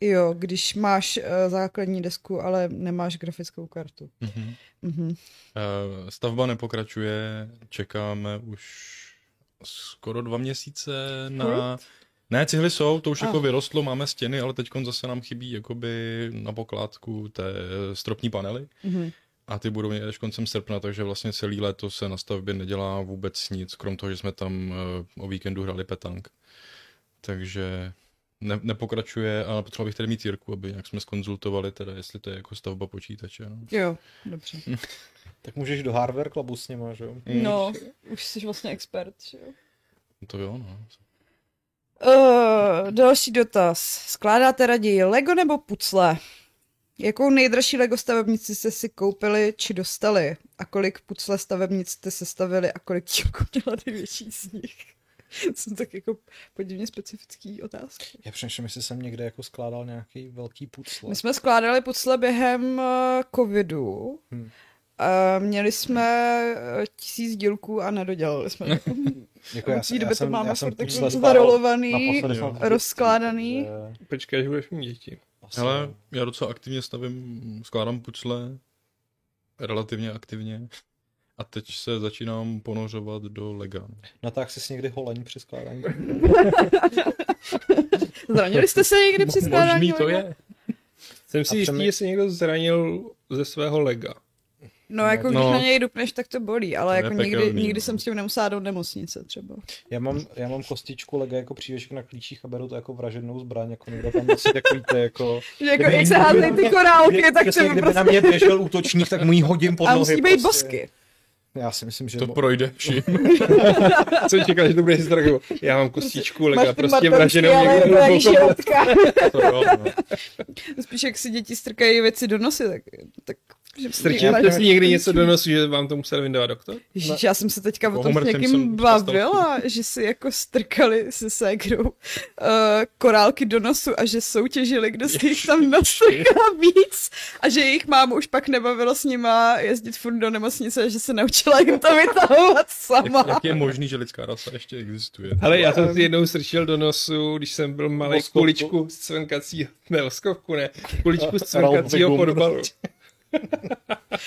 Jo, když máš uh, základní desku, ale nemáš grafickou kartu.
Mhm.
Mhm.
Eh, Stavba nepokračuje, čekáme už skoro dva měsíce na... Ne, cihly jsou, to už jako vyrostlo, máme stěny, ale teď zase nám chybí jakoby na pokládku té stropní panely.
Mhm.
A ty budou někde až koncem srpna, takže vlastně celý léto se na stavbě nedělá vůbec nic, krom toho, že jsme tam eh, o víkendu hráli petank. Takže ne, nepokračuje, ale potřeboval bych tady mít Jirku, aby nějak jsme skonzultovali, teda jestli to je jako stavba počítače. No.
Jo, dobře.
Tak můžeš do hardware klubu s nima, že jo?
Hmm.
No, už jsi vlastně expert, že jo?
To jo, no.
Uh, další dotaz. Skládáte raději Lego nebo pucle? Jakou nejdražší Lego stavebnici jste si koupili či dostali? A kolik pucle stavebnic jste sestavili a kolik čoku měla největší z nich? Jsou tak jako podivně specifický otázky.
Já přemýšlím, jestli jsem někde jako skládal nějaký velký pucle.
My jsme skládali pucle během eh, covidu.
Hmm.
Eh, Měli jsme eh, tisíc dílků a nedodělali jsme. to.
Jako
Od té doby to máme jako furt tak
pucle skládal
zarolovaný.
naposledy snad
Jo.
v dětství,
rozkládaný.
takže
Počkej, až budeš mít děti.
asi
Prostě.
Hele,
jo.
já docela aktivně stavím, skládám pucle, relativně aktivně. A teď se začínám ponořovat do Lega.
Natáhl jsi někdy holeň při skládání?
Zranili jste se někdy při skládání
Možný to
Lego?
je.
Jsem si
A
jistý,
přemi-
jestli někdo zranil ze svého lega.
No, jako když
No.
na něj dupneš, tak to bolí, ale
To je
jako nikdy,
pekelný,
nikdy
no.
jsem s tím nemusela do nemocnice třeba.
Já mám, já mám kostičku Lega jako přívěšek na klíčích a beru to jako vražednou zbraň, jako někdo tam asi tak víte, jako...
Že jako,
Kdyby-
jak se házejí ty korálky,
Kdy-
tak
přesně,
se mi
kdyby
prostě...
na mě běžel útočník, tak mu jí hodím pod
A
nohy.
musí být
prostě.
bosky.
Já si myslím, že...
To
mo-
projde všim.
Jsem čekal, že to bude historiku. Já mám kostičku lega,
Máš ty
prostě
prostě
vraženou
ale je
někde
to jak
hluboko.
žiletka.
To jo, no.
Spíš jak si děti strkají věci do nosy, tak... tak že-
Strčil
ale-
jste si někdy něco do nosu, že vám to musel vyndat doktor?
Ježiš, já jsem se teďka o
Jako
tom s
Homer
někým
Simpson
bavila, že si jako strkali se ségrou uh, korálky do nosu a že soutěžili, kdo si jich tam nastrkala víc a že jejich mámu už pak nebavilo s nima jezdit furt do nemocnice a že se naučila jim to vytahovat
Jak,
sama.
jak, je možný, že lidská rasa ještě existuje?
Ale já jsem si jednou strčil do nosu, když jsem byl malý
Voskovku?
kuličku z cvenkací, ne, voskovku ne, kuličku z
Ralph
cvenkacího
Wiggum.
fotbalu.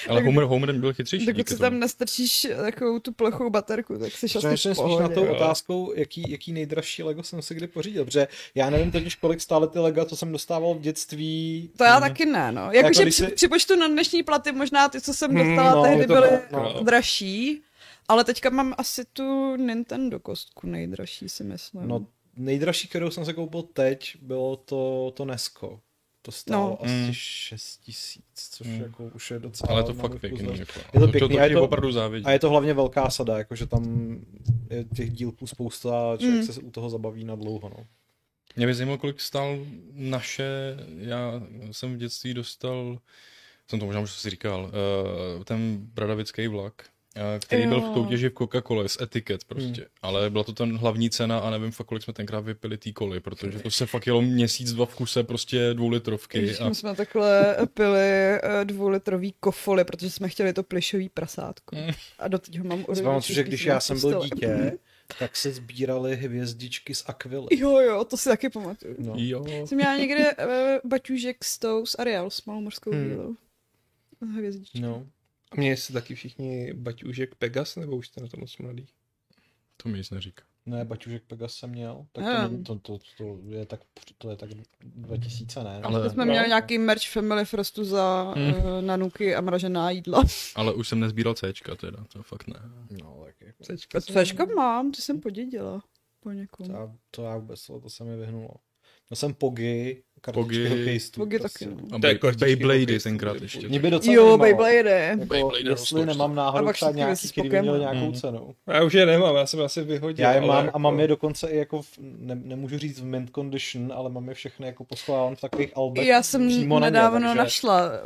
Ale Homer, Homer byl chytřejší.
Dokud
díky
se tam
tomu.
nastrčíš eh, takovou tu plochou baterku, tak jsi asi
Přemýšlím
v
spíš
pohodě.
na tou
jo.
otázkou, jaký, jaký nejdražší Lego jsem si kdy pořídil, protože já nevím totiž, kolik stály ty Lego, co jsem dostával v dětství.
To já taky ne, no. Jakože
Mhm. Jako když
při,
si-
připočtu na dnešní platy, možná ty, co jsem
Hmm,
dostala
no,
tehdy,
je to
byly
tak, no.
dražší, ale teďka mám asi tu Nintendo kostku nejdražší, si myslím.
No, nejdražší, kterou jsem se koupil teď, bylo to, to Nesko. To stálo
No.
no. asi
Mm.
mm. 6 tisíc, což mm. jako už je docela...
Ale je to
na
fakt
vrcholu
pěkný.
zdař-
Jako.
Je to
To-
pěkný a
to, to
je
ti
to-
opravdu závidí.
A je to hlavně velká sada, jakože tam je těch dílků spousta a člověk mm. se u toho zabaví na dlouho. No.
Mě by zajímalo, kolik stál naše, já jsem v dětství dostal, jsem to možná už si říkal, eh, ten bradavický vlak, eh, který byl
Jo. Hmm.
v soutěži v Coca-Cole s etiket prostě, ale byla to ten hlavní cena a nevím fakt, kolik jsme tenkrát vypili tý koly, protože to se fakt jelo měsíc, dva v kuse prostě dvoulitrovky
Když
a
my jsme takhle pili eh, dvoulitrový kofoly, protože jsme chtěli to plišový prasátko. A doteď ho mám
Zpamatuju,
určitě
Mm. že když
na
já jsem byl
stole.
dítě, tak se sbíraly hvězdičky z akvily.
Jo, jo, to si taky pamatuju.
No.
jo,
Jsem měla někde uh, baťůžek s tou s Ariel, s malou morskou
Hmm.
bílou. Hvězdičky.
No.
A mě jestli taky všichni baťužek Pegas, nebo už jste na to moc mladý?
to mi nic neříká.
Ne, Baťužek Pegas jsem měl, tak
Hele.
to, není, to, to, to, je tak, to je tak 2000, ne?
Ale-
To Prostě jsme
No.
měli nějaký merch Family Frostu za
Hmm.
eh, nanuky a mražená jídla.
Ale už jsem nezbíral Cčka teda, to fakt ne.
No, tak jako,
Cečka.
Cčka mám, ty jsem podědila po někom.
to, já, to já vůbec, to se mi vyhnulo. Měl jsem Pogy, kartičky
Pogy.
hokejistů.
Pogy
prostě.
taky, no.
A
To je
Bey-
kostičky
Beyblady
hokejistů,
tenkrát
typu.
ještě.
Mě by docela
Jo,
zajímalo,
Beyblade.
Jako,
Beyblade
jestli
rostou
nemám náhodou
pak
třeba
všichni
nějaký,
z
který by měl
Pokémon.
nějakou
Mhm.
cenu.
Já už je nemám, já jsem je asi vyhodil.
Já je
ale
mám
jako-
a mám je dokonce i jako, v, ne, nemůžu říct v mint condition, ale mám je všechny jako poschválán v takových albech.
Já jsem
přímo na mě,
nedávno
takže-
našla eh,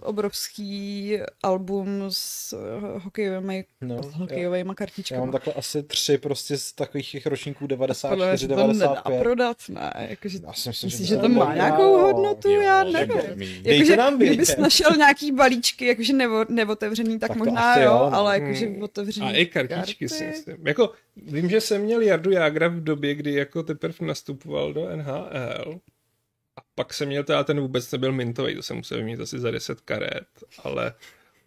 obrovský album s eh, hokejovými,
No,
s
já,
hokejovými
já mám
kartičkami.
takhle asi tři prostě z takových těch ročníků
Podle mě
94,
se to nedá
95.
prodat, ne, jakože
Já si myslím,
Myslíš, že
ne.
to má
Jo.
nějakou hodnotu? No, Já nevím.
nevím.
Dejte
Jakože,
nám
kdybys
vědět.
našel nějaký balíčky, jakože nevo, neotevřený, tak,
Tak
tak
to
možná
asi
jo,
jo, no.
ale jakože otevřený
A i kartičky si
karty.
myslím. Jako, vím, že jsem měl Jardu Jágra v době, kdy jako teprve nastupoval do NHL. A pak jsem měl teda ten vůbec nebyl mintový, to jsem musel mít asi za 10 karet, ale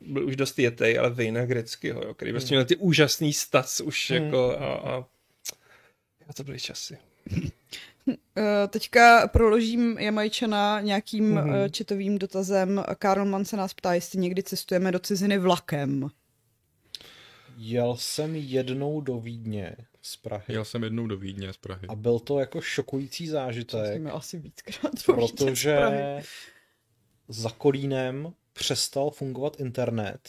byl už dost jetej, ale Vejna Greckýho, jo, který prostě měl ty úžasný stats už
Hmm.
jako a, a a to byly časy.
Eh, Teďka proložím Jamajčana nějakým mm-hmm. četovým dotazem. Karl Mann se nás ptá, jestli někdy cestujeme do ciziny vlakem.
Jel jsem jednou do Vídně z Prahy
Jel jsem jednou do Vídně z Prahy.
a byl to jako šokující zážitek,
Jsme asi víckrát povídat z
protože
Prahy.
za Kolínem přestal fungovat internet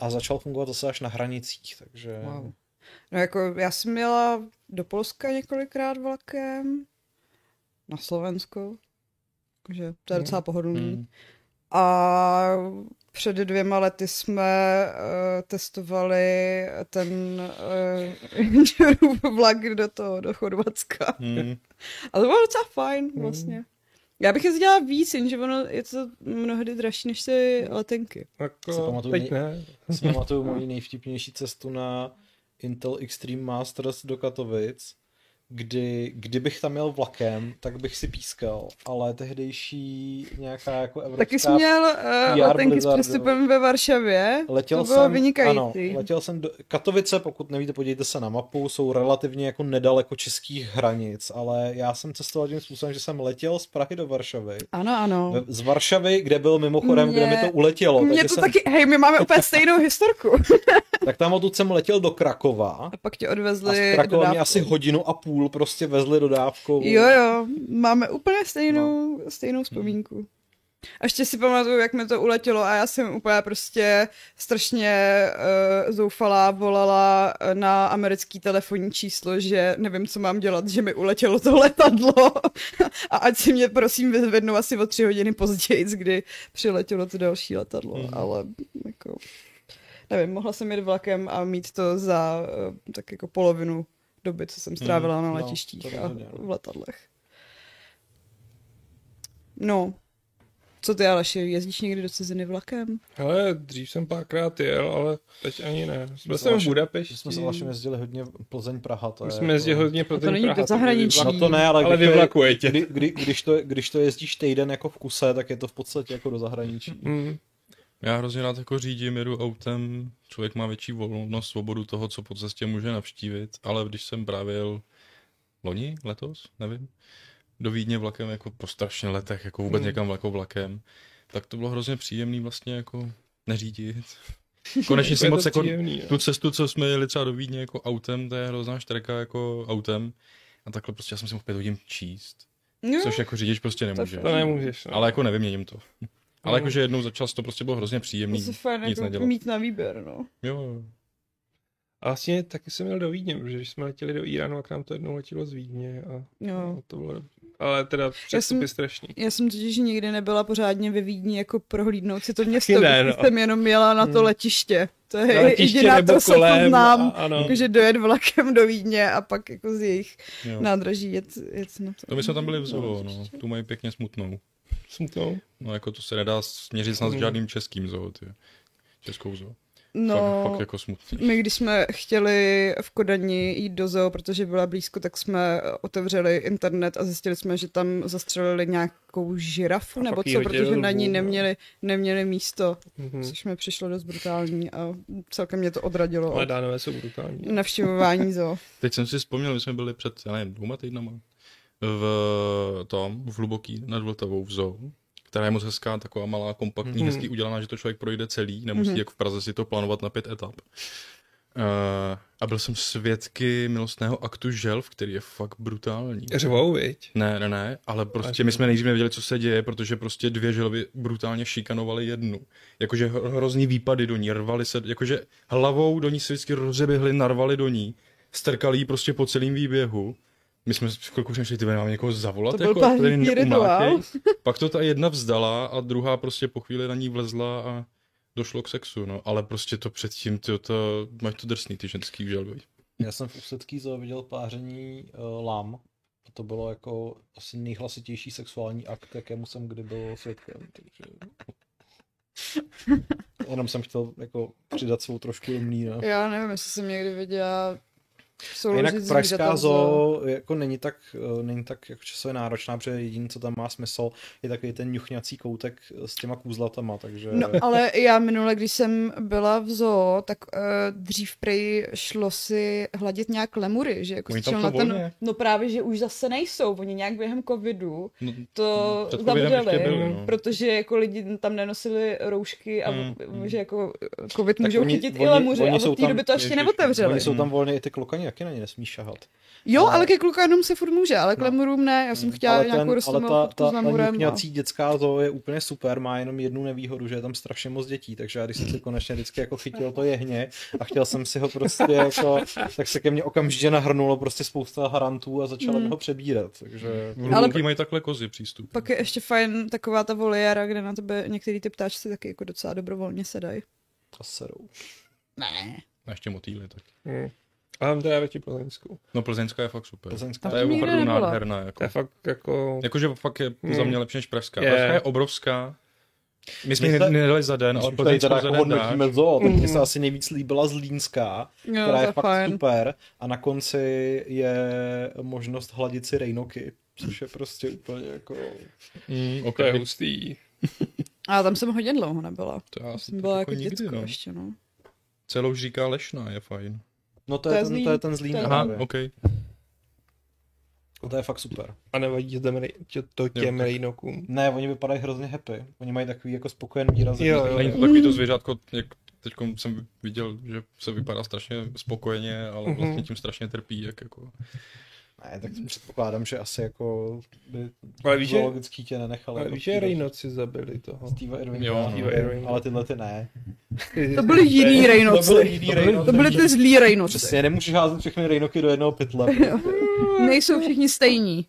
a začal fungovat zase až na hranicích, takže...
Wow. No jako já jsem měla do Polska několikrát vlakem, na Slovensko, takže to je docela pohodlný.
Hmm.
A před dvěma lety jsme uh, testovali ten uh, vlak do toho, do Chorvatska.
Hmm.
A to bylo docela fajn vlastně. Já bych jezdila víc, jenže ono je to mnohdy dražší než ty letenky.
Si
Jako,
pamatuju
teď
nej-
ne.
si pamatuju moji nejvtipnější cestu na Intel Extreme Masters do Katovic, kdy, kdybych tam jel vlakem, tak bych si pískal, ale tehdejší nějaká jako evropská...
Taky jsi měl uh,
PR
letenky s
Blizzardu.
přestupem ve Varšavě.
Letěl
to bylo
jsem,
vynikající.
Ano, letěl jsem do Katovice, pokud nevíte, podívejte se na mapu, jsou relativně jako nedaleko českých hranic, ale já jsem cestoval tím způsobem, že jsem letěl z Prahy do Varšavy.
ano, ano.
Ve- Z Varšavy, kde byl mimochodem,
Mně-
kde mi to uletělo,
Mně
No, takže
to
jsem,
taky, hej, my máme úplně stejnou historku.
tak tam odtud jsem letěl do Krakova
A pak tě
a z
odvezli
Krakova mě
dodávku.
asi hodinu a půl prostě vezli dodávkou.
Jo, jo, máme úplně stejnou, no.
Hmm.
stejnou vzpomínku. A ještě si pamatuju, jak mi to uletělo a já jsem úplně prostě strašně uh, zoufalá, volala eh, na americký telefonní číslo, že nevím, co mám dělat, že mi uletělo to letadlo a ať si mě prosím vyzvednou asi o tři hodiny později, kdy přiletělo to další letadlo, mm. ale jako... Nevím, mohla jsem jít vlakem a mít to za eh, tak jako polovinu doby, co jsem strávila na
no,
letištích
to
a
rozhodně, no.
v letadlech. No, co ty Aleši, jezdíš někdy do ciziny vlakem?
Hele, dřív jsem párkrát jel, ale teď ani ne. Byl jsem v
Vašem-
Budapešti.
Že jsme se vlastně jezdili hodně Plzeň Praha, to
My
je jako-
jsme
no.
jezdili hodně pro
to
ten
není do
Praha, to
zahraničí.
No to ne, ale,
Ale
když, to
vyvlakuje
je,
tě.
kdy, kdy, když, to, když to jezdíš týden jako v kuse, tak je to v podstatě jako do zahraničí.
Mm.
Já hrozně rád jako řídím, jedu autem, člověk má větší volnost, svobodu toho, co po cestě může navštívit, ale když jsem právě jel loni, letos, nevím, do Vídně vlakem, jako po strašně letech, jako vůbec hmm. někam vlako vlakem, tak to bylo hrozně příjemný vlastně jako neřídit. Konečně jsem
Je to no.
moc jako
příjemný, jo.
tu cestu, co jsme jeli třeba do Vídně jako autem, to je hrozná štreka jako autem, a takhle prostě já jsem si mohl pět hodin číst,
No,
což jako řidič prostě nemůže.
To nemůžeš. No.
Ale jako nevyměním to. Ale jakože jednou za čas to prostě bylo hrozně příjemný,
to se fajn
nic
jako
nedělat.
mít na výběr, no.
Jo, jo.
A vlastně taky jsem měl do Vídně, protože když jsme letěli do Iránu, a k nám to jednou letělo z Vídně a
jo.
no, to bylo dobře. Ale teda přestup je
jsem-
strašný.
Já jsem totiž nikdy nebyla pořádně ve Vídni jako prohlídnout si to město,
ne,
ne,
no.
no. jsem jenom jela na to letiště. To je
Na letiště
jediná,
nebo
to, co
kolem,
to
a-
znám,
ano.
jakože dojet vlakem do Vídně a pak jako z jejich
jo.
nádraží jet, jet na to.
No. To my jsme tam byli v zoo, no. Tu mají pěkně smutnou.
Smutnou.
No jako to se nedá směřit snad s
Mm.
žádným českým zoo, ty. Českou zoo.
no,
Fakt, fakt jako smutný.
My, když jsme chtěli v Kodani jít do zoo, protože byla blízko, tak jsme otevřeli internet a zjistili jsme, že tam zastřelili nějakou žirafu
A
nebo
pak jí
co,
hodili
protože na ní
lvu, no.
neměli, neměli místo,
Mhm.
což mi přišlo dost brutální a celkem mě to odradilo
Ale
od
dánové jsou brutální.
Mm. navštěvování zoo.
Teď jsem si vzpomněl, my jsme byli před, já nevím, dvouma týdnama v tom, v Hluboký nad Vltavou v zoo, která je moc hezká, taková malá, kompaktní,
Mhm.
mm-hmm. hezky udělaná, že to člověk projde celý, nemusí mm-hmm. jak v Praze si to plánovat na pět etap. Uh, a byl jsem svědky milostného aktu želv, který je fakt brutální.
Řvou, viď?
Ne, ne, ne, ale prostě my jsme nejdřív nevěděli, co se děje, protože prostě dvě želvy brutálně šikanovaly jednu. Jakože hro- hrozný výpady do ní, rvali se, jakože hlavou do ní se vždycky rozeběhly, narvali do ní, strkali ji prostě po celém výběhu. My jsme s chvilku přemýšleli, ty vole, máme někoho zavolat,
To byl
jako, ať
pánský
neumátěj.
rituál.
Pak to ta jedna vzdala a druhá prostě po chvíli na ní vlezla a došlo k sexu, no. Ale prostě to předtím, ty to, mají to drsný, ty ženský želvy.
Já jsem v Ústecký zoo viděl páření uh, lam. A to bylo jako asi nejhlasitější sexuální akt, jakému jsem kdy byl svědkem. Takže... Jenom jsem chtěl jako přidat svou trošku no. do mlína.
Já nevím, jestli jsem někdy viděla
A
souložit
Jinak
zvířata
pražská
v zoo.
zoo jako není tak, eh, není tak jako časově náročná, protože jediné, co tam má smysl, je takový ten ňuchňací koutek eh, s těma kůzlatama, takže...
No, ale já minule, když jsem byla v zoo, tak uh, dřív prej šlo si hladit nějak lemury, že jako
Oni
si
tam
šel
jsou
na ten,
volně.
no právě, že už zase nejsou, oni nějak během covidu
No,
to
před covidem
zavřeli,
ještě byli, no.
protože jako lidi tam nenosili roušky a
Mm,
mm,
mm.
že jako covid můžou
Hmm, oni-
chytit i
oni-
lemuři
oni
a
jsou
od té
tam-
doby to ještě
ježiš,
neotevřeli.
Oni jsou tam volně i ty klokani, taky na ně nesmí šahat.
Jo,
ale-
ale ke klukanům se furt může, ale k
No.
lemurům ne, já jsem chtěla
ale
nějakou rostomilou
ale ta,
fotku
ta,
s no.
ta
lemurem. a-
ňukňací dětská zoo je úplně super, má jenom jednu nevýhodu, že je tam strašně moc dětí, takže já když jsem si konečně vždycky jako chytil to jehně a chtěl jsem si ho prostě jako, tak se ke mně okamžitě nahrnulo prostě spousta harantů a začala
Hmm.
mi ho přebírat, takže...
v ale... mají takhle kozy přístup.
Pak je ještě fajn taková ta voliéra, kde na tebe některý ty ptáčci taky jako docela dobrovolně sedají.
A serou.
Ne.
A ještě motýly tak.
Mhm. A mám teda radši Plzeňskou.
No Plzeňská je fakt super.
Plzeňská
Ta je
To nikdy
opravdu
nebyla.
nádherná. Jako.
To je fakt jako...
Jakože fakt je za mě lepší než Pražská.
Je.
Pražská je obrovská. My jsme ji
My jsme-
nedali za den, ale
Když už tady
Plzeňskou
teda
za
jako
den dáš.
hodnotíme zoo, tak mně se asi nejvíc líbila Zlínská,
Jo,
která
to
je
je
fakt
fajn.
super a na konci je možnost hladit si rejnoky, což je prostě úplně jako...
Mm, ok,
To je hustý.
A tam jsem hodně dlouho nebyla.
to já jsem
Jsem byla
jako
jako
nikdy,
děcko
no.
ještě, no.
Celou říká Lešná je fajn.
No to, je, ten, to je ten Zlín.
To je-
Aha,
právě.
ok.
To je fakt super.
A nevadí že tam rej- tě- to těm
tak.
rejnokům.
Ne, oni vypadají hrozně happy. Oni mají takový jako spokojený výraz.
Jo, jo.
Není to takový to zvířátko, jak teď jsem viděl, že se vypadá strašně spokojeně, ale
Mhm.
vlastně tím strašně trpí, jak jako...
Ne, tak předpokládám, že asi jako by
Ale víš, že,
No,
zoologický tě nenechal.
ale
jako
víš, že rejnoci zabili toho.
Steve Irwinga,
Jo,
no,
Steve
jo,
Irwinga.
ale tyhle ty ne.
To byly jiný
To byly
rejnoci.
jiný rejnoci.
To byly ty zlí rejnoci.
Přesně, nemůžeš házet všechny rejnoky do jednoho pytle.
Nejsou všichni stejní.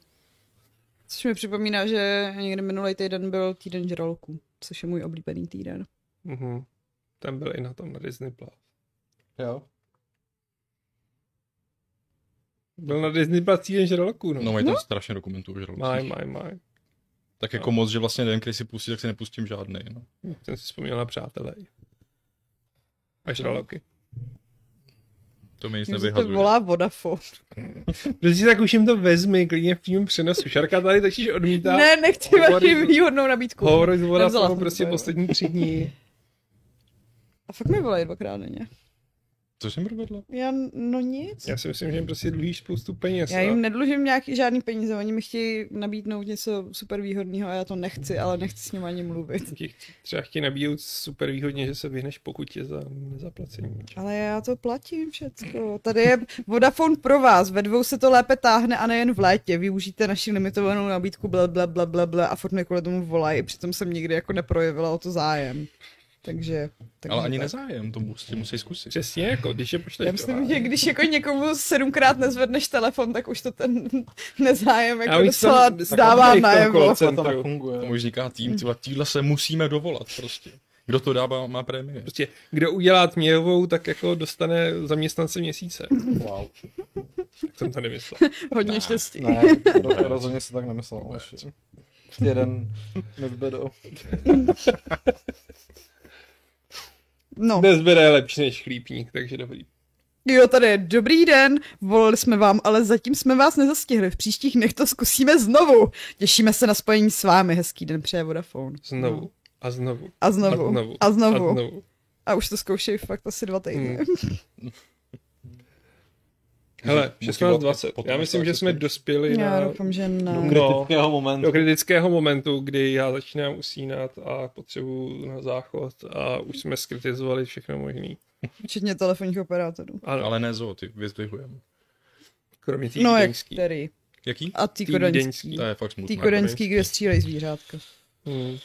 Což mi připomíná, že někdy minulý týden byl týden žraloků, což je můj oblíbený týden.
Mhm. Tam byl i na tom na Disney Plus.
jo.
Byl na Disney Plus týden žraloků, no.
No mají tam strašně dokumentů, že
Maj, maj, maj.
Tak jako moc, že vlastně den, který si pustí, tak si nepustím žádný. No.
Jsem si vzpomněl na přátelé. A žraloky.
To mi nic
Myslím, že to
nevyhazuje.
volá Vodafone.
Prostě tak už jim to vezmi, klidně v přímém přenosu. Šarka tady totiž odmítá.
Ne, nechci
Hovory-
vaši výhodnou nabídku.
Hovory z
Nevzala
Vodafonu
jsem to,
prostě
jo.
poslední tři dní.
A fakt mi volají dvakrát denně.
Co jsem provedla?
Já, no nic.
Já si myslím, že jim prostě dlužíš spoustu peněz. no.
Já jim nedlužím nějaký, žádný peníze, oni mi chtějí nabídnout něco super výhodného a já to nechci, ale nechci s nimi ani mluvit.
a ti ch- třeba chtějí nabíjet super výhodně, že se vyhneš pokutě za nezaplacení.
Ale já to platím všecko. Tady je Vodafone pro vás. Ve dvou se to lépe táhne a nejen v létě. Využijte naši limitovanou nabídku bla bla bla bla, bla a furt mě kvůli tomu volají. Přitom jsem nikdy jako neprojevila o to zájem. Takže... takže
Ale ani
tak.
nezájem, to musí, musí zkusit.
Přesně, jako když je pošleš
Já
do
myslím,
váhy.
že když jako někomu sedmkrát nezvedneš telefon, tak už to ten nezájem
A
jako
už
docela
jsem-
zdává
takový
najevo.
kolo.
To
Centru.
tam tak funguje.
Tomu už říká tým, tyhle, týhle se musíme dovolat prostě. Kdo to dá, má- má prémie.
Prostě, kdo udělá tměvou, tak jako dostane zaměstnance měsíce.
Wow.
Tak jsem to nemyslel.
Hodně štěstí.
Ne, to rozhodně se tak nemyslel. Aleš. Jeden nezbedo.
No.
Nezbere je lepší než chlípník, takže dobrý.
Jo, tady je dobrý den, volali jsme vám, ale zatím jsme vás nezastihli. V příštích dnech to zkusíme znovu. Těšíme se na spojení s vámi. Hezký den přeje Vodafone.
Znovu. A znovu.
A No. znovu.
A znovu.
A znovu.
A znovu.
A už to zkoušejí fakt asi dva týdny.
Mm. Hele,
Motivace
16.20.
potom
Já myslím, že
dokáže
jsme
to-
dospěli
Já
na,
doufám, že ne.
Kdo-
Kritického
do
momentu.
kritického momentu, kdy já začínám usínat a potřebuju na záchod a už jsme skritizovali všechno možný.
Včetně telefonních operátorů.
Ano, Ale
Ale ne zoo, ty vyzdvihujeme.
kromě tý
No, jak
deňský.
který?
Jaký?
A ty
Tý
kodaňský.
deňský.
To je fakt smutné.
Ty kodaňský, kde střílejí zvířátka.
Hmm.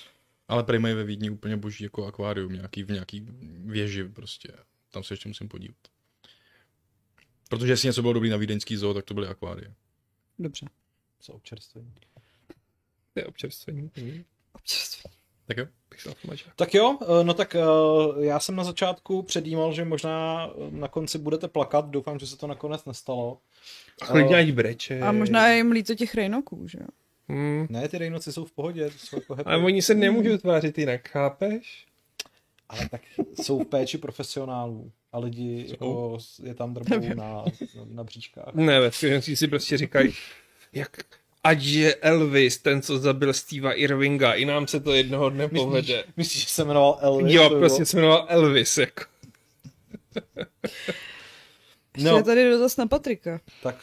Ale prý mají ve Vídni úplně boží jako akvárium, nějaký, v nějaký věži prostě. Tam se ještě musím podívat. Protože jestli něco bylo dobrý na vídeňský zoo, tak to byly akvárie.
Dobře.
Co občerstvení.
To je občerstvení. Hmm.
Občerstvení.
Tak jo.
Bych dal mačák.
Tak jo, eh, no tak eh, já jsem na začátku předjímal, že možná eh, na konci budete plakat, doufám, že se to nakonec nestalo. Eh,
A klidně ať breče.
A možná je jim líto těch rejnoků, že jo?
Hmm.
Ne, ty rejnoci jsou v pohodě, to jsou jako happy.
Ale oni se nemůžou tvářit jinak, chápeš?
Ale tak jsou v péči profesionálů a lidi jako s- je tam drbou na, na, na bříškách.
Ne, ve skutečnosti si prostě říkají, jak ať je Elvis, ten, co zabil Steva Irvinga, i nám se to jednoho dne povede.
Myslíš, že se jmenoval Elvis?
Jo,
To by
prostě
bylo-
se jmenoval Elvis, jako.
No. Je
No,
tady dotaz na Patrika.
tak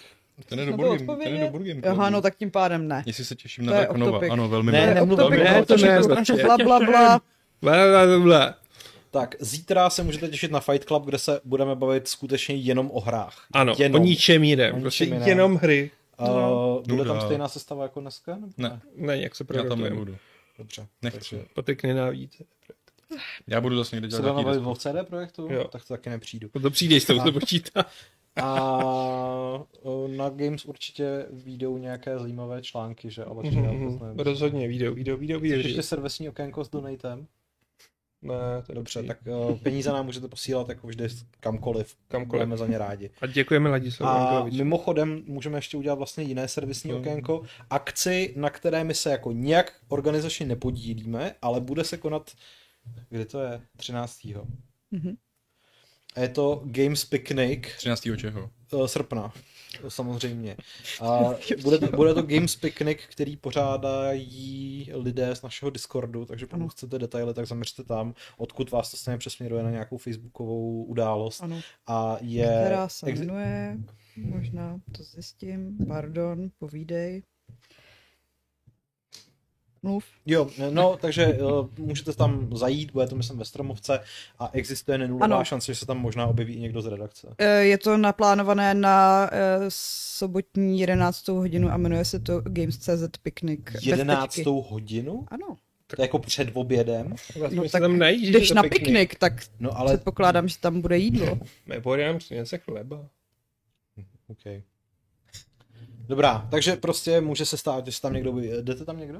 Ten je
Na to
do Burgem, ten je
odpovědět?
do Burgem.
Aha, no tak tím pádem ne.
Jestli se těším
To
na
je
Dark Nova.
off-topic.
Ano, velmi
Ne,
rád.
nemluv
velmi
topic,
rád.
ne, to ne,
Bla, bla, bla.
Bla, bla, bla.
Tak, zítra se můžete těšit na Fight Club, kde se budeme bavit skutečně jenom o hrách.
Ano,
jenom.
o ničem jiném,
O ničem
prostě
jiném.
jenom hry.
Uh, bude tam
Nuda.
stejná sestava jako dneska? Nebo
Ne,
Ne, jak se
já tam
prorokujeme.
nebudu.
Dobře.
Nechci.
Patek nenávidíte.
Já budu zase někde
Se budeme
dělat
bavit
nějaký
o CD projektu?
Jo.
Tak to taky nepřijdu.
No to přijdeš, to už to počítá.
A uh, na Games určitě vyjdou nějaké zajímavé články, že? Ale já vůbec nevím.
Mhm, Rozhodně, video, video, video,
Chceš ještě
video.
servisní okénko s donatem?
Ne, to je
Dobře,
dobrý.
tak eh, peníze nám můžete posílat jako vždy kamkoliv.
Kamkoliv.
Budeme za ně rádi.
A děkujeme Ladislavu
A no,
Jankoviči.
mimochodem můžeme ještě udělat vlastně jiné servisní okénko, akci, na které my se jako nějak organizačně nepodílíme, ale bude se konat, kdy to je? 13.
Mhm.
A je to Games Picnic
13. čeho?
eh, srpna, samozřejmě. A bude, to, bude to Games Picnic, který pořádají lidé z našeho Discordu, takže pokud chcete detaily, tak zaměřte tam, odkud vás to stejně přesměruje na nějakou facebookovou událost.
Ano.
A je...
Která se
exi-
jmenuje, možná to zjistím, pardon, povídej. Mluv.
Jo, no, takže uh, můžete tam zajít, bude to myslím ve Stromovce a existuje nenulová
Ano.
šance, že se tam možná objeví i někdo z redakce.
E, Je to naplánované na e, sobotní 11. hodinu a jmenuje se to Games.cz Picnic. bez tečky.
11. hodinu?
Ano,
To je jako před obědem?
Vás
no
můžete
tak
Vlastně tam najít, že
jdeš
to
na
pěkný.
piknik, tak
No
ale...
ale...
předpokládám, že tam bude jídlo.
Nebo já něco chleba.
Okay. Dobrá, takže prostě může se stát, že se tam někdo... objeví. Jdete tam někdo?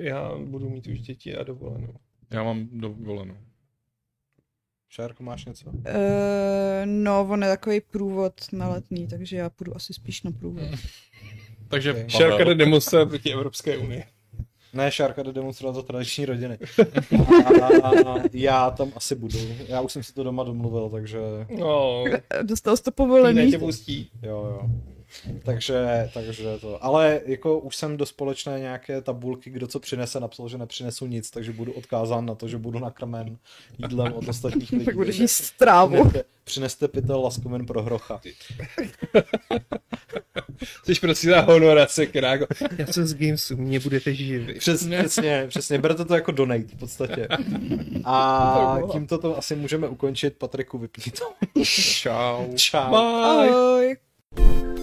Já budu mít už děti a dovolenou.
Já mám dovolenou.
Šárko, máš něco?
E, no, on je takový průvod na letní, takže já půjdu asi spíš na průvod.
Takže
Ok.
Šárka jde
Pavel,
demonstrovat proti Evropské unii.
Ne, Šárka jde demonstrovat za tradiční rodiny. A já tam asi budu. Já už jsem si to doma domluvil, takže
No,
E, Dostal jsi to
ne
povolený?
tě pustí.
jo, jo. Takže, takže to. Ale jako už jsem do společné nějaké tabulky, kdo co přinese, napsal, že nepřinesu nic, takže budu odkázán na to, že budu nakrmen jídlem od ostatních lidí.
Tak budeš
Takže
jíst trávu.
přineste- Přineste pytel laskomen pro hrocha.
Což prosím ta honorace, která jako, já jsem z Gamesu, mě budete živit.
Přes, přesně, přesně, berte to jako donate v podstatě. A tímto to asi můžeme ukončit. Patriku, vypni to.
Čau.
Čau.
Bye.
Ahoj.